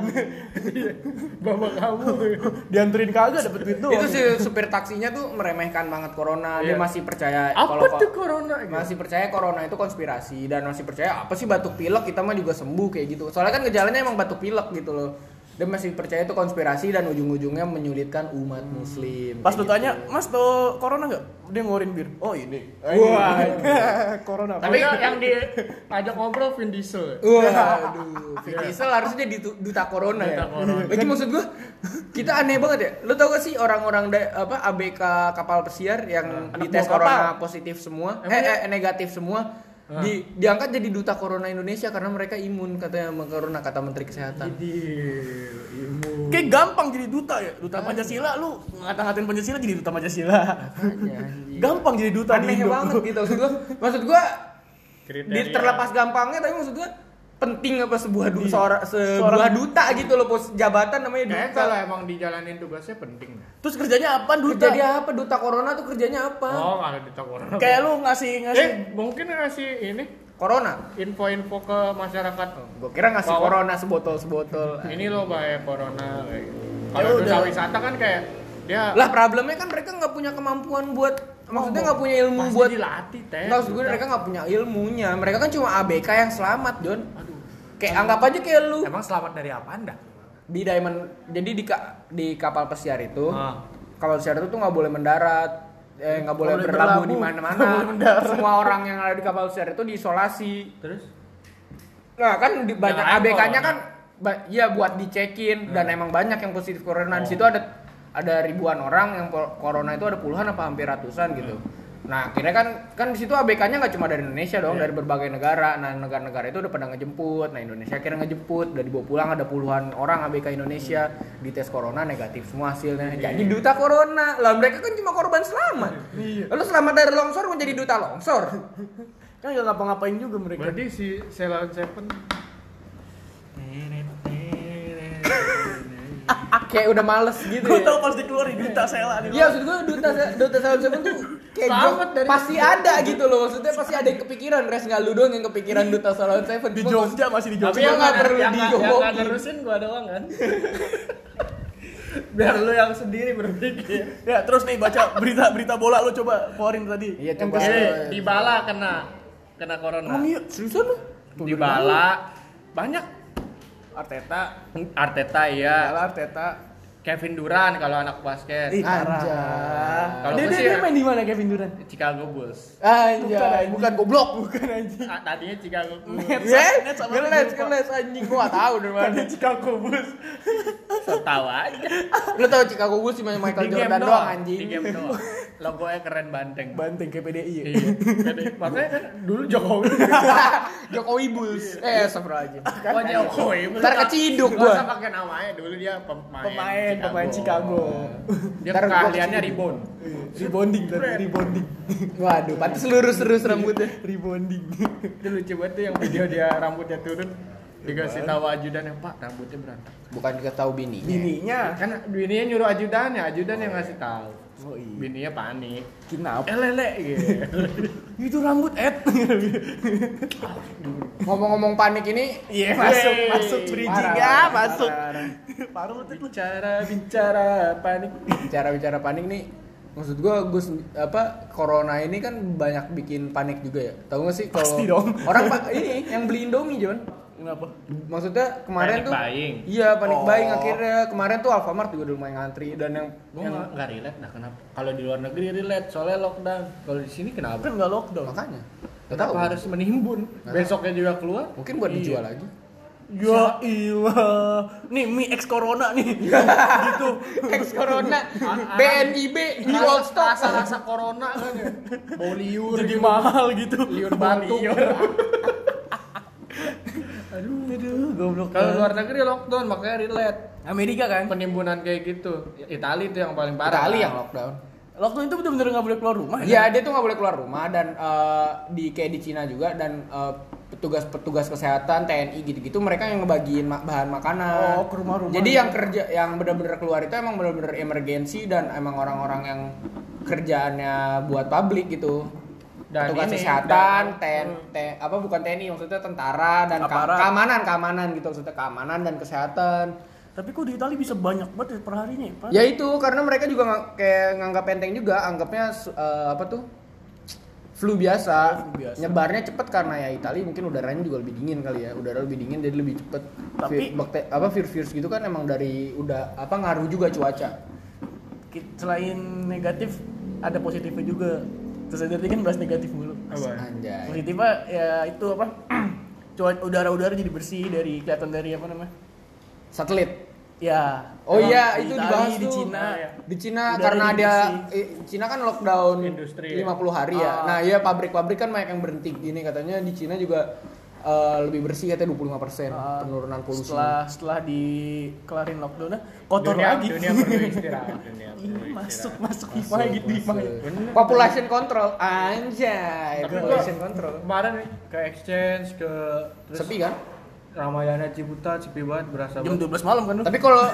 Speaker 3: Bapak kamu tuh.
Speaker 1: Iya. dianterin kagak dapet duit doang
Speaker 2: Itu si supir taksinya tuh meremehkan banget corona Dia
Speaker 3: Iya.
Speaker 2: masih percaya
Speaker 3: Apa
Speaker 2: ko-
Speaker 3: tuh corona? gitu?
Speaker 2: masih percaya corona itu konspirasi dan masih percaya apa sih batuk pilek kita mah juga sembuh kayak gitu soalnya kan gejalanya emang batuk pilek gitu loh dia masih percaya itu konspirasi dan ujung-ujungnya menyulitkan umat muslim
Speaker 1: pas
Speaker 2: Kayak
Speaker 1: lu
Speaker 2: gitu.
Speaker 1: tanya mas tuh corona nggak dia ngorin bir oh ini
Speaker 2: Wah.
Speaker 1: corona
Speaker 3: Tapi yang diajak ngobrol Vin Diesel.
Speaker 2: Waduh, Vin Diesel harusnya jadi du- duta corona ya.
Speaker 3: Duta corona.
Speaker 2: Lagi maksud gua, kita aneh banget ya. Lu tau gak sih orang-orang da- apa ABK kapal pesiar yang
Speaker 1: Anak
Speaker 2: dites
Speaker 1: buah
Speaker 2: corona positif semua, eh, eh, negatif semua,
Speaker 3: Hah.
Speaker 2: di- diangkat jadi duta corona Indonesia karena mereka imun katanya sama corona kata Menteri Kesehatan.
Speaker 3: Jadi ilmu.
Speaker 1: kayak gampang jadi duta ya duta pancasila lu ngata-ngatain pancasila jadi duta pancasila
Speaker 2: Makanya, anjing.
Speaker 1: gampang jadi duta di
Speaker 2: aneh
Speaker 1: Indo.
Speaker 2: banget gitu maksud gua. Maksud gua di
Speaker 3: Kriteria.
Speaker 2: terlepas gampangnya tapi maksud gua penting apa sebuah du- seorang sebuah
Speaker 1: Seorang-
Speaker 2: duta gitu loh pos jabatan namanya duta.
Speaker 3: Kayaknya kalau emang dijalanin tugasnya penting ya. dah.
Speaker 1: terus kerjanya apa duta
Speaker 2: Duta dia apa? Duta corona tuh kerjanya apa?
Speaker 3: Oh, kalau duta corona.
Speaker 1: kayak lu ngasih ngasih
Speaker 3: Eh, mungkin ngasih ini
Speaker 2: Corona.
Speaker 3: info-info ke masyarakat.
Speaker 2: Gue kira ngasih
Speaker 3: Bawa.
Speaker 2: corona sebotol-sebotol.
Speaker 3: Ini loh bahaya corona kayak gitu.
Speaker 1: Ya
Speaker 3: Kalau duta
Speaker 1: udah.
Speaker 3: wisata kan kayak dia
Speaker 2: Lah problemnya kan mereka nggak punya kemampuan buat maksudnya nggak punya ilmu
Speaker 3: pasti
Speaker 2: buat
Speaker 3: dilatih teh.
Speaker 2: Nggak, maksud gue mereka nggak punya ilmunya. Mereka kan cuma ABK yang selamat, Don. Kayak anggap aja kayak lu
Speaker 3: Emang selamat dari apa anda?
Speaker 2: di Diamond. Jadi di ka- di kapal pesiar itu,
Speaker 3: Ah.
Speaker 2: kapal pesiar itu tuh nggak boleh mendarat, eh nggak boleh
Speaker 1: boleh
Speaker 2: berlabuh
Speaker 1: berlabuh,
Speaker 2: di
Speaker 1: nggak boleh
Speaker 2: mana-mana.
Speaker 1: mendarat.
Speaker 2: Semua orang yang ada di kapal pesiar itu diisolasi.
Speaker 3: Terus?
Speaker 2: Nah kan di, banyak
Speaker 3: lain
Speaker 2: ABK-nya
Speaker 3: corona.
Speaker 2: kan ba- ya buat dicekin dan emang banyak yang positif corona di situ ada ada ribuan orang yang po- corona itu ada puluhan apa hampir ratusan gitu. Nah akhirnya kan kan di situ ABK-nya nggak cuma dari Indonesia dong dari berbagai negara. Nah negara-negara itu udah pada ngejemput. Nah Indonesia akhirnya ngejemput dan dibawa pulang ada puluhan orang ABK Indonesia dites corona negatif semua hasilnya. Jadi duta corona lah mereka kan cuma korban selamat. Lalu selamat dari longsor menjadi duta longsor.
Speaker 1: kan nggak ngapa-ngapain juga mereka
Speaker 3: Berarti si Ceylon Seven
Speaker 2: Kayak udah males gitu.
Speaker 1: gue
Speaker 2: ya.
Speaker 1: tau pas dikeluarin duta sela nih
Speaker 2: Iya maksud gue duta duta salam seven tuh kayak
Speaker 3: Selamat
Speaker 2: jok-
Speaker 3: dari-
Speaker 2: pasti ada gitu loh maksudnya pasti ada yang kepikiran res nggak lu doang yang kepikiran duta salam seven
Speaker 1: di
Speaker 2: Cuma-
Speaker 1: Jogja masih di
Speaker 2: Tapi
Speaker 1: Jogja
Speaker 2: yang nggak perlu
Speaker 3: yang nggak- yang nggak
Speaker 2: digowokin.
Speaker 3: nerusin gua doang kan. Biar lu yang sendiri berpikir.
Speaker 1: ya terus nih baca berita berita bola lu coba keluarin tadi
Speaker 2: Iya
Speaker 1: Yang
Speaker 2: coba.
Speaker 1: pes-
Speaker 3: Ini Dybala Eh, kena kena corona.
Speaker 1: emang iya seriusan lu
Speaker 3: Dybala banyak
Speaker 1: Arteta
Speaker 3: Arteta ya,
Speaker 1: Arteta
Speaker 3: Kevin Durant kalau anak basket.
Speaker 1: Ih, parah. ya.
Speaker 2: Anjay.
Speaker 3: Kalau
Speaker 1: Dia,
Speaker 3: gua
Speaker 1: dia,
Speaker 3: sih- ya,
Speaker 1: dia main di mana Kevin Durant?
Speaker 3: Chicago Bulls.
Speaker 2: Anjay, bukan goblok.
Speaker 1: Bukan anjing.
Speaker 3: Ah, tadinya Chicago Bulls.
Speaker 1: Nets,
Speaker 2: Ya,
Speaker 1: Nets sama
Speaker 2: ngeles,
Speaker 1: Liverpool.
Speaker 2: ngeles anjing gua gak tahu dari mana.
Speaker 1: Tadi Chicago Bulls.
Speaker 3: Tahu aja.
Speaker 2: Lu tahu Chicago Bulls cuma Michael Jordan doang
Speaker 3: Di
Speaker 2: anjing.
Speaker 3: game doang. Logonya keren banteng.
Speaker 1: Banteng ke PDI ya.
Speaker 3: Iya. Jadi, Makanya kan dulu Jokowi.
Speaker 2: Jokowi Bulls. Eh, sabar aja.
Speaker 3: Wah Jokowi.
Speaker 2: Ntar keciduk gua.
Speaker 3: gua. Gak usah pakai namanya. Dulu dia pemain.
Speaker 1: Pemain, pemain Chicago. Iya.
Speaker 3: Dia
Speaker 2: Ntar gua
Speaker 3: keahliannya
Speaker 2: keciduk.
Speaker 3: rebound.
Speaker 1: Rebonding tadi, rebonding.
Speaker 2: Waduh, pantes lurus-lurus rambutnya.
Speaker 1: Rebonding.
Speaker 3: Itu lucu banget tuh yang video dia rambutnya turun. Dikasih tahu ajudan yang Pak rambutnya berantakan.
Speaker 2: Bukan dikasih tahu bini.
Speaker 1: Bininya.
Speaker 3: Kan bininya nyuruh ajudannya, ajudan yang ngasih tahu.
Speaker 1: Oh iya.
Speaker 3: Bininya panik.
Speaker 1: Kenapa?
Speaker 3: Eh lele gitu.
Speaker 1: Itu rambut Ed. Gitu.
Speaker 2: Ngomong-ngomong panik ini,
Speaker 1: Iya,
Speaker 3: masuk,
Speaker 1: masuk,
Speaker 3: masuk
Speaker 1: masuk
Speaker 2: parah,
Speaker 1: bridging ya,
Speaker 2: parah,
Speaker 1: masuk.
Speaker 2: parah.
Speaker 1: Parah banget lu.
Speaker 3: bicara bicara panik.
Speaker 2: bicara-bicara panik nih maksud gua gue apa corona ini kan banyak bikin panik juga ya tahu gak sih kalau
Speaker 1: Pasti dong.
Speaker 2: orang pak ini yang beli indomie Jon
Speaker 1: Kenapa?
Speaker 2: maksudnya kemarin
Speaker 3: Panic
Speaker 2: tuh
Speaker 3: buying.
Speaker 2: iya panik
Speaker 1: Oh.
Speaker 2: buying akhirnya kemarin tuh Alfamart juga udah lumayan ngantri dan yang
Speaker 3: Gue
Speaker 2: yang
Speaker 3: nggak nggak relate dah kenapa? Kalau di luar negeri relate soalnya lockdown. Kalau di sini kenapa?
Speaker 1: Kan enggak lockdown.
Speaker 2: makanya gak tahu
Speaker 3: Kenapa harus Iya. menimbun? Besoknya juga keluar.
Speaker 2: mungkin buat dijual lagi
Speaker 1: Ya iya. Nih mie ex corona nih. gitu.
Speaker 2: ex corona
Speaker 3: A-
Speaker 2: BNIB new
Speaker 3: Iya,
Speaker 2: old stock
Speaker 3: Rasa rasa corona kan ya. Bau liur.
Speaker 1: Jadi mahal gitu.
Speaker 3: Liur batu.
Speaker 1: Aduh, aduh, goblok. Eh.
Speaker 3: Kalau luar negeri lockdown makanya relate.
Speaker 1: Amerika kan
Speaker 2: penimbunan kayak gitu Itali itu yang paling parah
Speaker 1: Itali yang
Speaker 2: lockdown
Speaker 1: lockdown itu benar-benar nggak boleh keluar rumah ya?
Speaker 2: Iya dia tuh nggak boleh keluar rumah dan eh, di kayak di Cina juga dan eh, petugas-petugas kesehatan TNI gitu-gitu mereka yang ngebagiin ma- bahan makanan.
Speaker 1: Oh, ke rumah-rumah.
Speaker 2: Jadi yang kerja yang benar-benar keluar itu emang benar-benar emergensi dan emang orang-orang yang kerjaannya buat publik gitu.
Speaker 3: Dan
Speaker 2: petugas
Speaker 3: ini,
Speaker 2: kesehatan, TN, T- apa bukan TNI maksudnya tentara dan ka-
Speaker 1: hmm. Aparat.
Speaker 2: keamanan keamanan gitu maksudnya keamanan dan kesehatan.
Speaker 1: tapi kok di Italia bisa banyak banget ya per harinya ya, Pak?
Speaker 2: Ya itu karena mereka juga ngang- kayak nganggap enteng juga, anggapnya su- eh, apa tuh? Flu biasa.
Speaker 1: Iya, Flu biasa.
Speaker 2: Nyebarnya cepet karena ya Italia mungkin udaranya juga lebih dingin kali ya. Udara lebih dingin jadi lebih cepet.
Speaker 1: Tapi-
Speaker 2: Vi- bakte- apa virus-virus gitu kan emang dari udah apa ngaruh juga cuaca.
Speaker 1: Ki- selain negatif ada positifnya juga terus tadi kan bahas negatif mulu
Speaker 3: Apa?
Speaker 2: Anjay.
Speaker 1: positifnya ya itu apa cuaca udara-udara jadi bersih dari kelihatan dari apa namanya
Speaker 2: Satelit.
Speaker 1: ya
Speaker 2: Oh
Speaker 1: emang
Speaker 2: iya,
Speaker 1: di
Speaker 2: itu
Speaker 1: Itali,
Speaker 2: dibahas
Speaker 1: di
Speaker 2: tuh.
Speaker 1: Cina
Speaker 3: Nah, ya.
Speaker 2: Di Cina
Speaker 1: Udara
Speaker 2: karena
Speaker 1: jadi
Speaker 2: ada eh, Cina kan lockdown
Speaker 3: Industri, ya.
Speaker 2: 50 hari ya.
Speaker 1: Ah.
Speaker 2: Nah, iya pabrik-pabrik kan banyak yang berhenti gini katanya di Cina juga eh, lebih bersih katanya 25%
Speaker 1: Ah,
Speaker 2: penurunan polusi.
Speaker 1: setelah setelah dikelarin lockdownnya kotor
Speaker 3: dunia,
Speaker 1: lagi
Speaker 3: Dunia perlu istirahat. Dunia
Speaker 1: Ih,
Speaker 3: perlu
Speaker 1: masuk
Speaker 3: istirahat.
Speaker 1: masuk IPA gitu IPA
Speaker 2: Population control anjay.
Speaker 3: Tapi
Speaker 2: Population
Speaker 3: gua
Speaker 2: control.
Speaker 3: Kemarin ke exchange ke terus
Speaker 2: Sepi kan?
Speaker 3: Ramayana Ciputat sepi banget berasa
Speaker 1: jam 12
Speaker 3: banget.
Speaker 1: malam kan lu
Speaker 2: Tapi kalau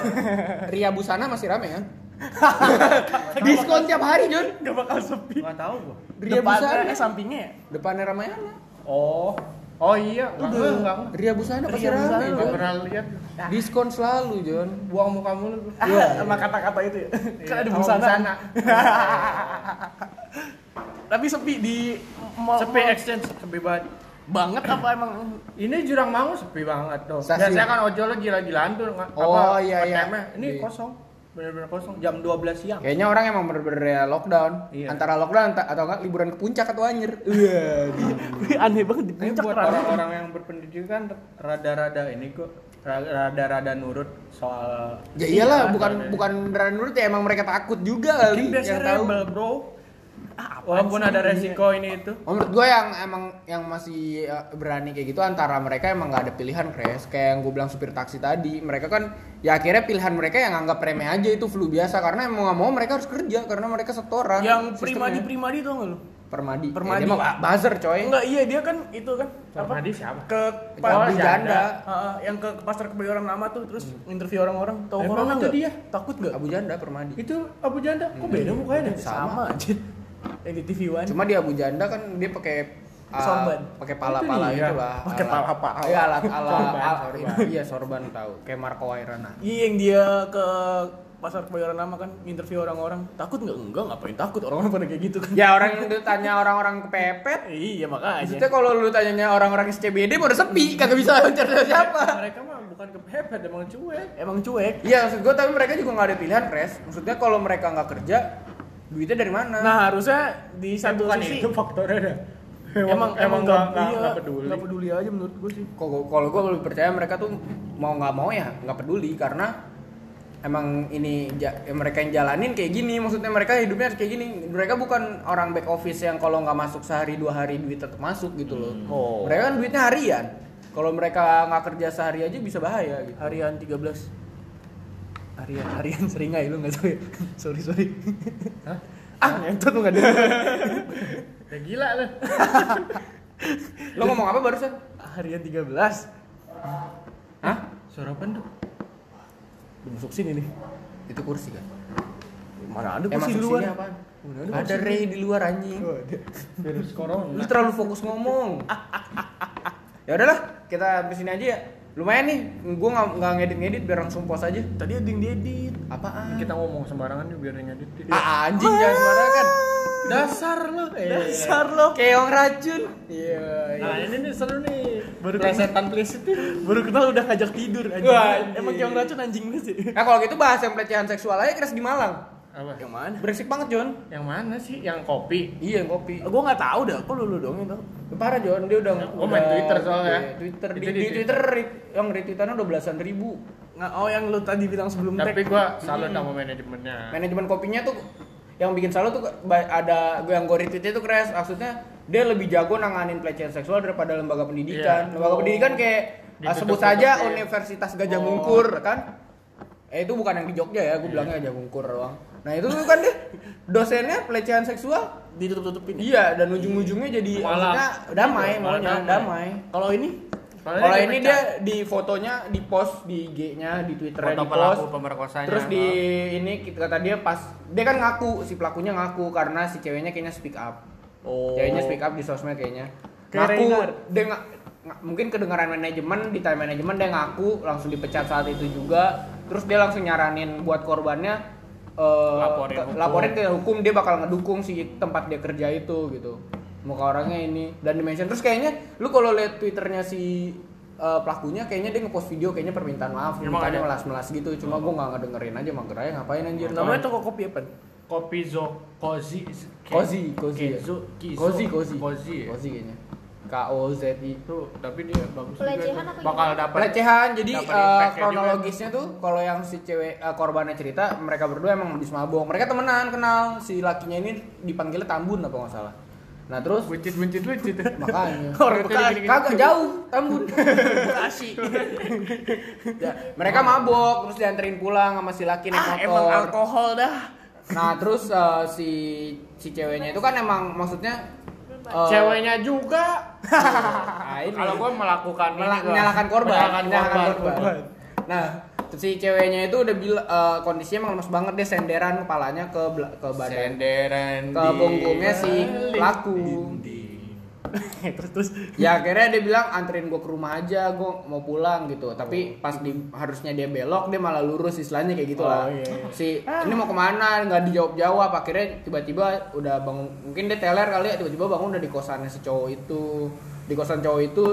Speaker 2: Ria Busana masih rame kan? Diskon tiap hari, Jun.
Speaker 1: gak bakal sepi
Speaker 3: Nggak tahu gua.
Speaker 2: Ria
Speaker 1: depannya eh,
Speaker 2: Busana.
Speaker 1: sampingnya ya
Speaker 2: Depannya Ramayana.
Speaker 3: Oh. Oh iya,
Speaker 1: Udah.
Speaker 3: enggak enggak. enggak.
Speaker 2: Ria Busana pasti
Speaker 1: Ria
Speaker 2: rame,
Speaker 1: Busana.
Speaker 3: Enggak
Speaker 2: Jun.
Speaker 3: pernah lihat.
Speaker 2: Diskon selalu, Jun.
Speaker 3: Buang muka mulu gua. Iya,
Speaker 1: ah,
Speaker 2: Iya.
Speaker 1: sama kata-kata itu ya kan ada
Speaker 3: Sama
Speaker 1: busana
Speaker 3: busana.
Speaker 1: tapi sepi di mall
Speaker 3: Sepi
Speaker 1: mall
Speaker 3: exchange sepi banget.
Speaker 1: banget apa emang
Speaker 3: Ini jurang mau sepi banget tuh.
Speaker 2: Stasiun.
Speaker 3: Biasanya kan ojolnya gila-gilaan tuh nggak-
Speaker 2: Oh,
Speaker 3: apa,
Speaker 2: iya, iya.
Speaker 3: ATM-nya. Ini
Speaker 2: Di-
Speaker 3: kosong. Bener-bener kosong jam 12 siang.
Speaker 2: Kayaknya orang emang bener-bener ya lockdown.
Speaker 3: Iya.
Speaker 2: Antara lockdown anta- atau enggak liburan ke puncak atau anjir. Iya.
Speaker 1: Wih, aneh banget di
Speaker 3: Ini
Speaker 1: puncak
Speaker 3: buat
Speaker 1: rame.
Speaker 3: orang-orang yang berpendidikan rada-rada ini kok rada-rada nurut soal
Speaker 2: Ya iyalah,
Speaker 3: Iya,
Speaker 2: bukan
Speaker 3: rada-
Speaker 2: bukan beneran nurut ya emang mereka takut juga kali
Speaker 3: Mungkin biasanya
Speaker 2: yang tahu.
Speaker 3: rebel, bro.
Speaker 1: Ah, apaan
Speaker 3: Walaupun
Speaker 1: sih
Speaker 3: ada
Speaker 1: ini?
Speaker 3: resiko ini itu.
Speaker 2: Oh, menurut gue yang emang yang masih eh, berani kayak gitu antara mereka emang nggak ada pilihan kres kayak yang gue bilang supir taksi tadi mereka kan ya akhirnya pilihan mereka yang anggap remeh aja itu flu biasa karena emang nggak mau mereka harus kerja karena mereka setoran
Speaker 1: yang
Speaker 2: sistemnya.
Speaker 1: primadi primadi tau gak lu
Speaker 2: permadi
Speaker 1: Permadi.
Speaker 2: Eh, dia mah buzzer coy
Speaker 1: enggak iya dia kan itu kan apa
Speaker 3: Permadi siapa?
Speaker 1: ke
Speaker 2: Jangan
Speaker 1: pa-
Speaker 3: Janda.
Speaker 2: janda
Speaker 1: Ah, ah, yang ke ke pasar kebayoran lama tuh terus interview orang-orang tahu
Speaker 3: Hmm. Emang
Speaker 1: corona
Speaker 3: itu
Speaker 1: nggak?
Speaker 3: dia?
Speaker 1: takut nggak
Speaker 2: Abu Janda Permadi
Speaker 3: Itu Abu Janda, kok beda mukanya deh?
Speaker 1: sama aja yang di TV One
Speaker 2: Cuma di Abu Janda kan dia pakai uh,
Speaker 1: Sorban.
Speaker 2: pakai pala-pala
Speaker 3: Itu dia.
Speaker 2: gitu lah.
Speaker 1: Pakai
Speaker 2: alat-
Speaker 1: pala-pala.
Speaker 2: Iya, alat ala
Speaker 3: Sorban,
Speaker 2: ala-
Speaker 3: sorban.
Speaker 2: iya sorban tahu. Kayak Marco Wairana.
Speaker 1: iya yang dia ke pasar kebayoran lama kan interview orang-orang takut nggak enggak ngapain takut orang-orang pada kayak gitu kan
Speaker 2: Ya orang yang ditanya orang-orang kepepet.
Speaker 1: iya makanya
Speaker 2: Maksudnya kalau lu tanyanya orang-orang SCBD mau udah sepi, kagak bisa cari siapa.
Speaker 3: Mereka mah bukan kepepet, emang cuek.
Speaker 1: emang cuek
Speaker 2: Iya maksud gue tapi mereka juga nggak ada pilihan pres. Maksudnya kalau mereka nggak kerja, duitnya dari mana?
Speaker 1: nah harusnya di satu
Speaker 3: Bukan
Speaker 1: sisi
Speaker 3: itu faktornya dah.
Speaker 1: emang emang nggak
Speaker 3: nggak-
Speaker 1: iya,
Speaker 3: nggak peduli.
Speaker 1: nggak peduli aja menurut gue sih
Speaker 2: Kalau kalau gue lebih percaya mereka tuh mau nggak mau ya nggak peduli karena emang ini ja- ya mereka yang jalanin kayak gini maksudnya mereka hidupnya harus kayak gini mereka bukan orang back office yang kalau nggak masuk sehari dua hari duit tetap masuk gitu loh
Speaker 1: Oh.
Speaker 2: mereka kan duitnya harian kalau mereka nggak kerja sehari aja bisa bahaya gitu
Speaker 1: harian 13 harian harian seringai lu nggak tahu ya sorry sorry
Speaker 3: Hah?
Speaker 1: ah ngentot lu nggak dengar
Speaker 3: Ya gila lu.
Speaker 2: lo ngomong apa barusan
Speaker 1: harian 13
Speaker 2: Hah?
Speaker 3: Suara apa tuh?
Speaker 1: Lu masuk sini nih
Speaker 2: itu kursi kan
Speaker 1: mana ada
Speaker 2: Eh,
Speaker 1: kursi
Speaker 2: masuk
Speaker 1: di luar
Speaker 2: sini apaan?
Speaker 1: Mana
Speaker 2: ada
Speaker 1: kursi di
Speaker 2: Ray di luar anjing
Speaker 1: luar? Oh, ada.
Speaker 3: Virus corona.
Speaker 2: lu terlalu fokus ngomong ya udahlah kita habisin aja ya lumayan nih gue nggak ngedit ngedit biar langsung post aja
Speaker 1: tadi ada yang diedit
Speaker 2: apaan
Speaker 3: Kita ngomong sembarangan nih biar ngedit.
Speaker 2: Ah, anjing jangan sembarangan.
Speaker 3: Dasar lu.
Speaker 1: dasar lo
Speaker 2: Keong racun.
Speaker 1: iya
Speaker 3: Nah, ini nih seru nih.
Speaker 1: Baru
Speaker 3: plesetan plesetin.
Speaker 1: baru kenal udah ngajak tidur anjing
Speaker 2: Wah, anjing.
Speaker 1: emang yang racun anjing lu sih
Speaker 2: Nah kalau gitu bahas yang pelecehan seksual aja keras di Malang.
Speaker 3: Apa?
Speaker 1: yang mana
Speaker 2: Berisik banget John.
Speaker 3: Yang mana sih? Yang kopi.
Speaker 2: Iya yang kopi.
Speaker 1: gue nggak tahu dah kok lu lu doang yang tahu
Speaker 2: Parah John dia udah.
Speaker 3: Oh, main
Speaker 2: udah-
Speaker 3: Twitter soalnya.
Speaker 2: Iya, Twitter di,
Speaker 3: Itu
Speaker 2: di,
Speaker 3: di
Speaker 2: Twitter re- yang retweetannya udah belasan ribu.
Speaker 1: nggak oh yang lu tadi bilang sebelum
Speaker 3: Tapi
Speaker 1: tag
Speaker 3: gua salut sama manajemennya.
Speaker 2: Manajemen kopinya tuh yang bikin salah tuh ba- ada yang gue retweetnya tuh keras maksudnya dia lebih jago nanganin pelecehan seksual daripada lembaga pendidikan.
Speaker 3: Iya. ya.
Speaker 2: Lembaga pendidikan kayak ah,
Speaker 3: Ditutup
Speaker 2: sebut saja
Speaker 3: tutupin.
Speaker 2: Universitas Gajah
Speaker 3: Oh.
Speaker 2: Mungkur kan Eh itu bukan yang di Jogja ya, gue
Speaker 3: Iya.
Speaker 2: bilangnya Jagungkur doang. Nah itu tuh kan deh dosennya pelecehan seksual.
Speaker 1: Ditutup-tutupin. ya?
Speaker 2: Iya dan ujung-ujungnya jadi
Speaker 3: Malah.
Speaker 2: maksudnya damai,
Speaker 1: Malah
Speaker 2: malah
Speaker 1: damai.
Speaker 2: damai.
Speaker 1: Kalau ini
Speaker 2: Kalau ini dia di fotonya di post di IG-nya, di Twitter-nya
Speaker 3: foto
Speaker 2: di
Speaker 3: pelaku
Speaker 2: post.
Speaker 3: pemerkosanya
Speaker 2: Terus di ini kata dia pas dia kan ngaku si pelakunya ngaku karena si ceweknya kayaknya speak up.
Speaker 1: Oh.
Speaker 2: Ceweknya speak up di sosmed kayaknya.
Speaker 1: Kayak
Speaker 2: Ngaku
Speaker 3: kan?
Speaker 1: Reynard.
Speaker 2: dia nga- nga- mungkin kedengaran manajemen di time manajemen dia ngaku langsung dipecat saat itu juga. Terus dia langsung nyaranin buat korbannya eh,
Speaker 3: Laporin
Speaker 2: ke-
Speaker 3: hukum.
Speaker 2: laporin ke hukum dia bakal ngedukung si tempat dia kerja itu gitu. Muka orangnya ini dan di mention terus kayaknya lu kalau lihat twitternya si eh, pelakunya kayaknya dia ngepost video kayaknya permintaan maaf
Speaker 3: Emang
Speaker 2: mukanya
Speaker 3: ada? Oh.
Speaker 2: melas-melas gitu cuma gue nggak ngedengerin aja mager aja ngapain anjir
Speaker 1: namanya toko kopi apa?
Speaker 3: kopi zo kozi
Speaker 2: Kozi, Kozi ya?
Speaker 3: Kizo, Kizo.
Speaker 2: Kozi Kozi
Speaker 3: Kozi ya?
Speaker 2: Kozi kayaknya K O Z I
Speaker 3: itu tapi dia bagus juga
Speaker 4: Pelecehan
Speaker 3: tuh.
Speaker 4: apa
Speaker 3: bakal
Speaker 4: gimana?
Speaker 3: dapat
Speaker 2: pelecehan jadi
Speaker 3: Dapat
Speaker 2: eh,
Speaker 3: impact-nya juga.
Speaker 2: kronologisnya tuh kalau yang si cewek eh, korbannya cerita mereka berdua emang habis mabok mereka temenan kenal si lakinya ini dipanggilnya Tambun apa nggak salah nah terus
Speaker 3: buncit buncit buncit
Speaker 2: makanya
Speaker 1: Orang Bekasi.
Speaker 2: kagak jauh Tambun
Speaker 1: Bekasi.
Speaker 2: Ya, mereka mabok terus dianterin pulang sama si laki naik
Speaker 1: Oh. ah,
Speaker 2: Nah, motor
Speaker 1: emang alkohol dah.
Speaker 2: Nah terus eh, si si ceweknya itu kan emang maksudnya eh,
Speaker 3: ceweknya juga
Speaker 2: ah, ini.
Speaker 3: kalau gua melakukan ini
Speaker 2: Mela-
Speaker 3: gua-
Speaker 2: menyalahkan korban,
Speaker 3: menyalahkan korban,
Speaker 2: korban. Nah si ceweknya itu udah bilang eh, kondisinya emang lemes banget dia senderan kepalanya ke bela- ke badan
Speaker 3: senderan
Speaker 2: ke
Speaker 3: di
Speaker 2: punggungnya si
Speaker 3: balik
Speaker 2: pelaku.
Speaker 3: dinding.
Speaker 1: terus terus
Speaker 2: ya akhirnya dia bilang anterin gue ke rumah aja gue mau pulang gitu
Speaker 1: Oh.
Speaker 2: tapi pas di harusnya dia belok dia malah lurus istilahnya kayak gitu
Speaker 1: Oh,
Speaker 2: lah
Speaker 1: iya, iya.
Speaker 2: si ini mau kemana nggak dijawab jawab akhirnya tiba-tiba udah bangun mungkin dia teler kali ya tiba-tiba bangun udah di kosannya si cowok itu di kosan cowok itu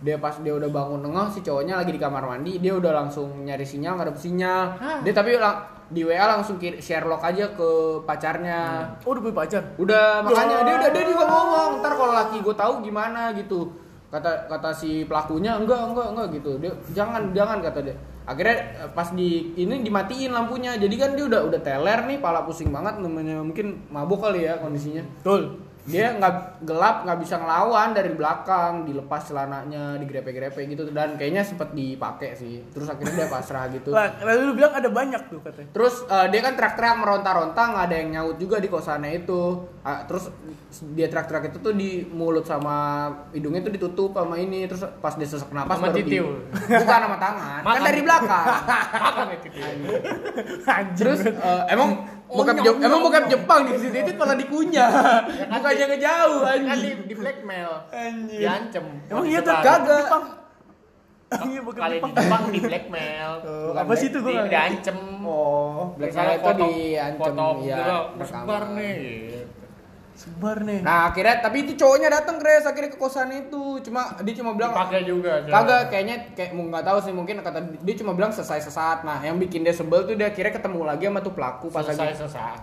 Speaker 2: dia pas dia udah bangun nengah si cowoknya lagi di kamar mandi dia udah langsung nyari sinyal nggak ada sinyal dia tapi lang- di WA langsung kir- Sherlock aja ke pacarnya
Speaker 1: oh udah punya pacar.
Speaker 2: Udah
Speaker 1: Wah.
Speaker 2: makanya dia udah dia juga ngomong ntar kalau laki gue tahu gimana gitu kata kata si pelakunya enggak enggak enggak gitu dia jangan jangan kata dia akhirnya eh, pas di ini dimatiin lampunya jadi kan dia udah udah teler nih pala pusing banget namanya mungkin mabuk kali ya kondisinya
Speaker 1: Betul.
Speaker 2: dia nggak gelap nggak bisa ngelawan dari belakang dilepas celananya digrepe-grepe gitu dan kayaknya sempet dipakai sih terus akhirnya dia pasrah gitu
Speaker 1: Lah, lalu lu bilang ada banyak tuh katanya.
Speaker 2: Terus eh, dia kan teriak-teriak meronta-ronta nggak ada yang nyaut juga di kosannya itu. Ah, terus dia teriak-teriak itu tuh di mulut sama hidungnya tuh ditutup sama ini. Terus pas dia sesak napas
Speaker 3: Sama
Speaker 2: baru di-
Speaker 3: titiu.
Speaker 2: Bukan sama tangan. kan
Speaker 3: Makan.
Speaker 2: dari belakang.
Speaker 3: Makan ya, gitu ya.
Speaker 1: Anjir.
Speaker 2: Terus eh, emang bokap Jep- emang bokap Jepang di situ itu malah dikunyah. Bukannya ngejauh
Speaker 3: kan di,
Speaker 2: anjing.
Speaker 3: di blackmail
Speaker 1: Anjir.
Speaker 3: diancem
Speaker 1: Emang iya tuh
Speaker 3: Jepang.
Speaker 2: Kagak.
Speaker 1: Jepang.
Speaker 3: Ka-
Speaker 1: Iya, bukan
Speaker 3: kali di
Speaker 1: Jepang.
Speaker 3: Jepang di blackmail
Speaker 1: Oh,
Speaker 2: Bukan
Speaker 1: apa sih itu gue
Speaker 3: Di- diancem
Speaker 1: Oh,
Speaker 2: Blackmail itu
Speaker 3: foto-
Speaker 2: diancem
Speaker 3: foto
Speaker 2: ya.
Speaker 3: gitu, "Gua
Speaker 2: rekaman.
Speaker 3: sebar nih
Speaker 1: sebar nih.
Speaker 2: Nah akhirnya tapi itu cowoknya datang Grace akhirnya ke kosan itu cuma dia cuma bilang
Speaker 3: pakai juga
Speaker 1: Iya.
Speaker 3: Sel.
Speaker 2: Kagak kayaknya kayak mau nggak tahu sih mungkin kata dia cuma bilang selesai sesaat. Nah, yang bikin dia sebel tuh dia akhirnya ketemu lagi sama tuh pelaku pas
Speaker 3: selesai
Speaker 2: lagi.
Speaker 3: sesaat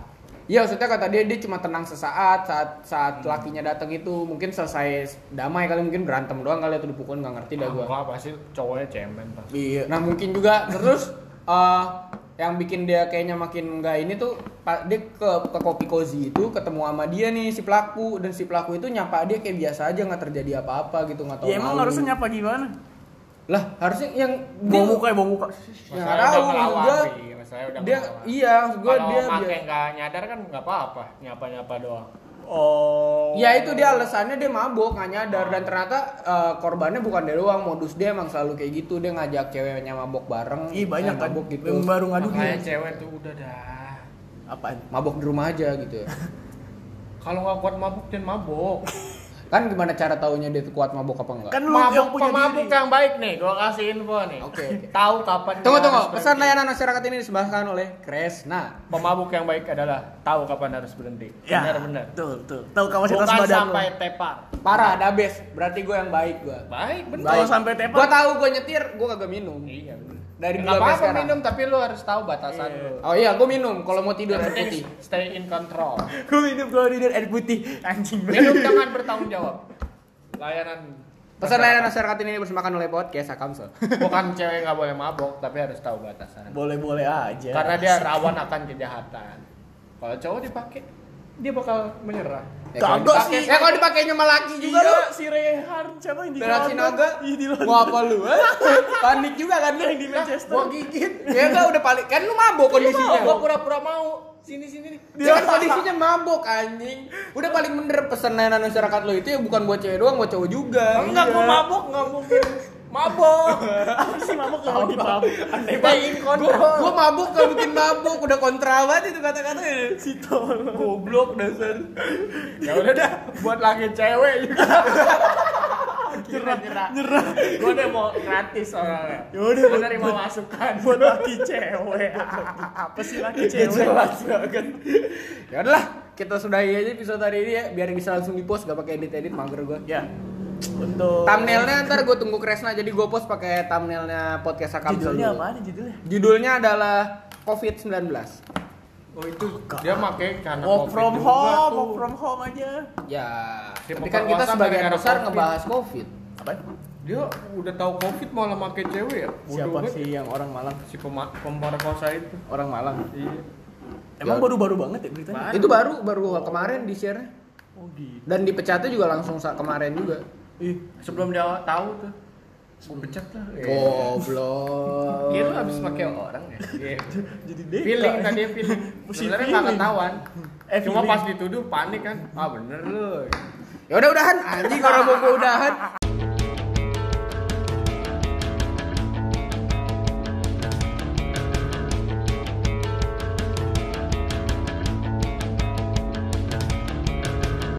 Speaker 2: Iya, maksudnya kata dia dia cuma tenang sesaat saat saat lakinya datang itu mungkin selesai damai kali mungkin berantem doang kali itu dipukulin nggak ngerti dah gua.
Speaker 3: Enggak, pasti cowoknya cemen pasti
Speaker 2: Iya. Nah mungkin juga terus eh, yang bikin dia kayaknya makin nggak ini tuh pa- dia ke ke kopi cozy itu ketemu sama dia nih si pelaku dan si pelaku itu nyapa dia kayak biasa aja nggak terjadi apa-apa gitu nggak tahu.
Speaker 1: Ya emang
Speaker 2: malu.
Speaker 1: harusnya nyapa gimana?
Speaker 2: lah harusnya yang
Speaker 1: Bawa
Speaker 2: dia-
Speaker 1: muka ya, bawa muka.
Speaker 2: Ya
Speaker 3: Masalahnya
Speaker 2: nggak tahu,
Speaker 3: udah ngelawan,
Speaker 2: maksud gua,
Speaker 3: Pi. Masalahnya udah
Speaker 2: dia
Speaker 3: ngelawan.
Speaker 2: iya, maksud gua
Speaker 3: kalau
Speaker 2: dia,
Speaker 3: pakai
Speaker 2: dia
Speaker 3: nggak nyadar kan nggak apa-apa nyapa-nyapa doang gitu.
Speaker 1: Oh.
Speaker 2: Ya itu dia alasannya dia mabok, nggak nyadar dan ternyata eh, korbannya bukan dia doang, modus dia emang selalu kayak gitu, dia ngajak ceweknya mabok bareng.
Speaker 1: Ih banyak
Speaker 2: eh,
Speaker 1: kan
Speaker 2: mabok gitu.
Speaker 1: yang baru ngadu
Speaker 3: makanya
Speaker 1: dia.
Speaker 3: cewek tuh udah dah
Speaker 1: Apaan?
Speaker 2: Mabok di rumah aja gitu.
Speaker 3: kalau nggak kuat mabuk dan mabuk
Speaker 2: kan gimana cara taunya dia tuh kuat mabok apa enggak?
Speaker 1: Kan lu yang
Speaker 3: mabuk
Speaker 1: punya
Speaker 3: pemabuk
Speaker 1: diri.
Speaker 3: yang baik nih gua kasih info nih
Speaker 2: Oke, oke.
Speaker 3: tahu kapan
Speaker 2: tunggu
Speaker 3: dia
Speaker 2: tunggu,
Speaker 3: harus
Speaker 2: pesan
Speaker 3: berhenti.
Speaker 2: layanan masyarakat ini disebarkan oleh Kresna.
Speaker 3: pemabuk yang baik adalah tahu kapan harus berhenti
Speaker 1: Ya,
Speaker 3: benar benar
Speaker 1: Betul, betul. Tahu kapasitas
Speaker 3: bukan
Speaker 1: badan
Speaker 3: sampai
Speaker 1: lu.
Speaker 3: tepar
Speaker 2: Parah, ada best. Berarti gue yang baik gue.
Speaker 3: baik benar
Speaker 1: Kalau sampai tepar.
Speaker 2: Gue tahu gue nyetir, gue kagak minum.
Speaker 3: iya benar.
Speaker 2: Dari dulu
Speaker 3: Nggak
Speaker 2: sampai
Speaker 3: apa-apa
Speaker 2: sekarang.
Speaker 3: minum tapi lu harus tahu batasan
Speaker 1: Iya.
Speaker 3: lu
Speaker 2: Oh iya, gue minum. Kalau mau tidur
Speaker 3: Yang
Speaker 2: air
Speaker 3: penting
Speaker 2: putih.
Speaker 3: stay in control
Speaker 1: Gue minum kloridin air putih. Anjing
Speaker 3: minum
Speaker 1: banget.
Speaker 3: dengan bertanggung jawab layanan
Speaker 2: Pesan layanan masyarakat ini dipersembahkan oleh podcast Akamsel.
Speaker 3: bukan cewek nggak boleh mabok tapi harus tahu batasan
Speaker 1: Boleh-boleh aja.
Speaker 3: karena dia rawan akan kejahatan kalau cowok dipakai dia bakal menyerah.
Speaker 2: Ya, kalau
Speaker 1: Kagak
Speaker 2: dipakai-
Speaker 1: sih.
Speaker 2: Ya kalau dipakainya melaki juga
Speaker 1: Iya,
Speaker 2: lu.
Speaker 1: si Rehan siapa yang di
Speaker 2: Bela
Speaker 1: London?
Speaker 2: Sinaga.
Speaker 1: Ih, di London.
Speaker 2: Mau apa lu? eh? Panik juga kan lu
Speaker 1: Yang di Manchester. Iya,
Speaker 2: Gua gigit. Ya enggak udah paling kan lu mabok kondisinya.
Speaker 1: mabok.
Speaker 2: pura-pura mau. Sini sini.
Speaker 1: Dia
Speaker 2: Dia kan
Speaker 1: salah.
Speaker 2: kondisinya mabok anjing. Udah paling bener pesanan masyarakat lu itu ya bukan buat cewek doang, buat cowok juga. Iya.
Speaker 1: Enggak, gua mabok nggak mungkin. Mabok. Apa sih mabok kalau lagi mabok? Aneh banget.
Speaker 2: Gua, gua mabuk gak bikin mabuk, udah kontra banget itu kata-kata
Speaker 1: Si tolong. Goblok dasar.
Speaker 2: Ya udah dah, buat laki cewek juga.
Speaker 3: Nyerah, nyerah. Gue udah mau gratis orangnya.
Speaker 1: Yaudah,
Speaker 3: Gua
Speaker 1: Ya buat-
Speaker 3: nerima
Speaker 1: buat-
Speaker 3: masukan.
Speaker 1: Buat laki cewek. Apa sih laki
Speaker 2: Ya
Speaker 1: cewek?
Speaker 2: jelas banget. Ya udahlah, kita sudahi aja episode hari ini ya, biar bisa langsung di-post gak pakai edit-edit mager gua.
Speaker 1: Ya. Untuk
Speaker 2: Thumbnailnya ntar gue tunggu Kresna jadi gue post pakai thumbnailnya podcast Akam
Speaker 1: judulnya
Speaker 2: dulu.
Speaker 1: apaan judulnya?
Speaker 2: Judulnya adalah COVID-19.
Speaker 3: Oh itu dia pakai karena
Speaker 1: Work
Speaker 3: COVID
Speaker 1: from
Speaker 3: juga
Speaker 1: home,
Speaker 3: tuh.
Speaker 1: work from home aja.
Speaker 2: Ya,
Speaker 3: Dia
Speaker 2: tapi kan kita
Speaker 3: memperkuasa
Speaker 2: sebagian
Speaker 3: gara-gara
Speaker 2: besar
Speaker 3: COVID.
Speaker 2: ngebahas COVID.
Speaker 1: Apa?
Speaker 3: Dia udah tahu Covid malah pakai cewek ya. Bodoh
Speaker 1: Siapa
Speaker 3: banget.
Speaker 1: sih yang orang Malang?
Speaker 3: Si pema- pemerkosa itu.
Speaker 2: Orang Malang.
Speaker 3: Iya.
Speaker 1: Emang
Speaker 2: Ya.
Speaker 1: baru-baru banget ya beritanya?
Speaker 2: Itu baru baru kemarin di share
Speaker 1: Oh gitu.
Speaker 2: dan dipecatnya juga langsung saat kemarin juga.
Speaker 1: Ih,
Speaker 3: Sebelum dia tahu tuh. Pecat lah.
Speaker 1: Oh.
Speaker 2: Goblok.
Speaker 3: Kira habis pakai orang ya. Iya.
Speaker 1: jadi deh.
Speaker 3: Feeling tadi feeling.
Speaker 1: Mesti
Speaker 3: Sebenarnya nggak
Speaker 1: feeling.
Speaker 3: ketahuan.
Speaker 1: Eh,
Speaker 3: Cuma
Speaker 1: feeling.
Speaker 3: pas dituduh panik kan. Ah bener lu.
Speaker 2: Ya udah udahan anjing orang mau gua udahan.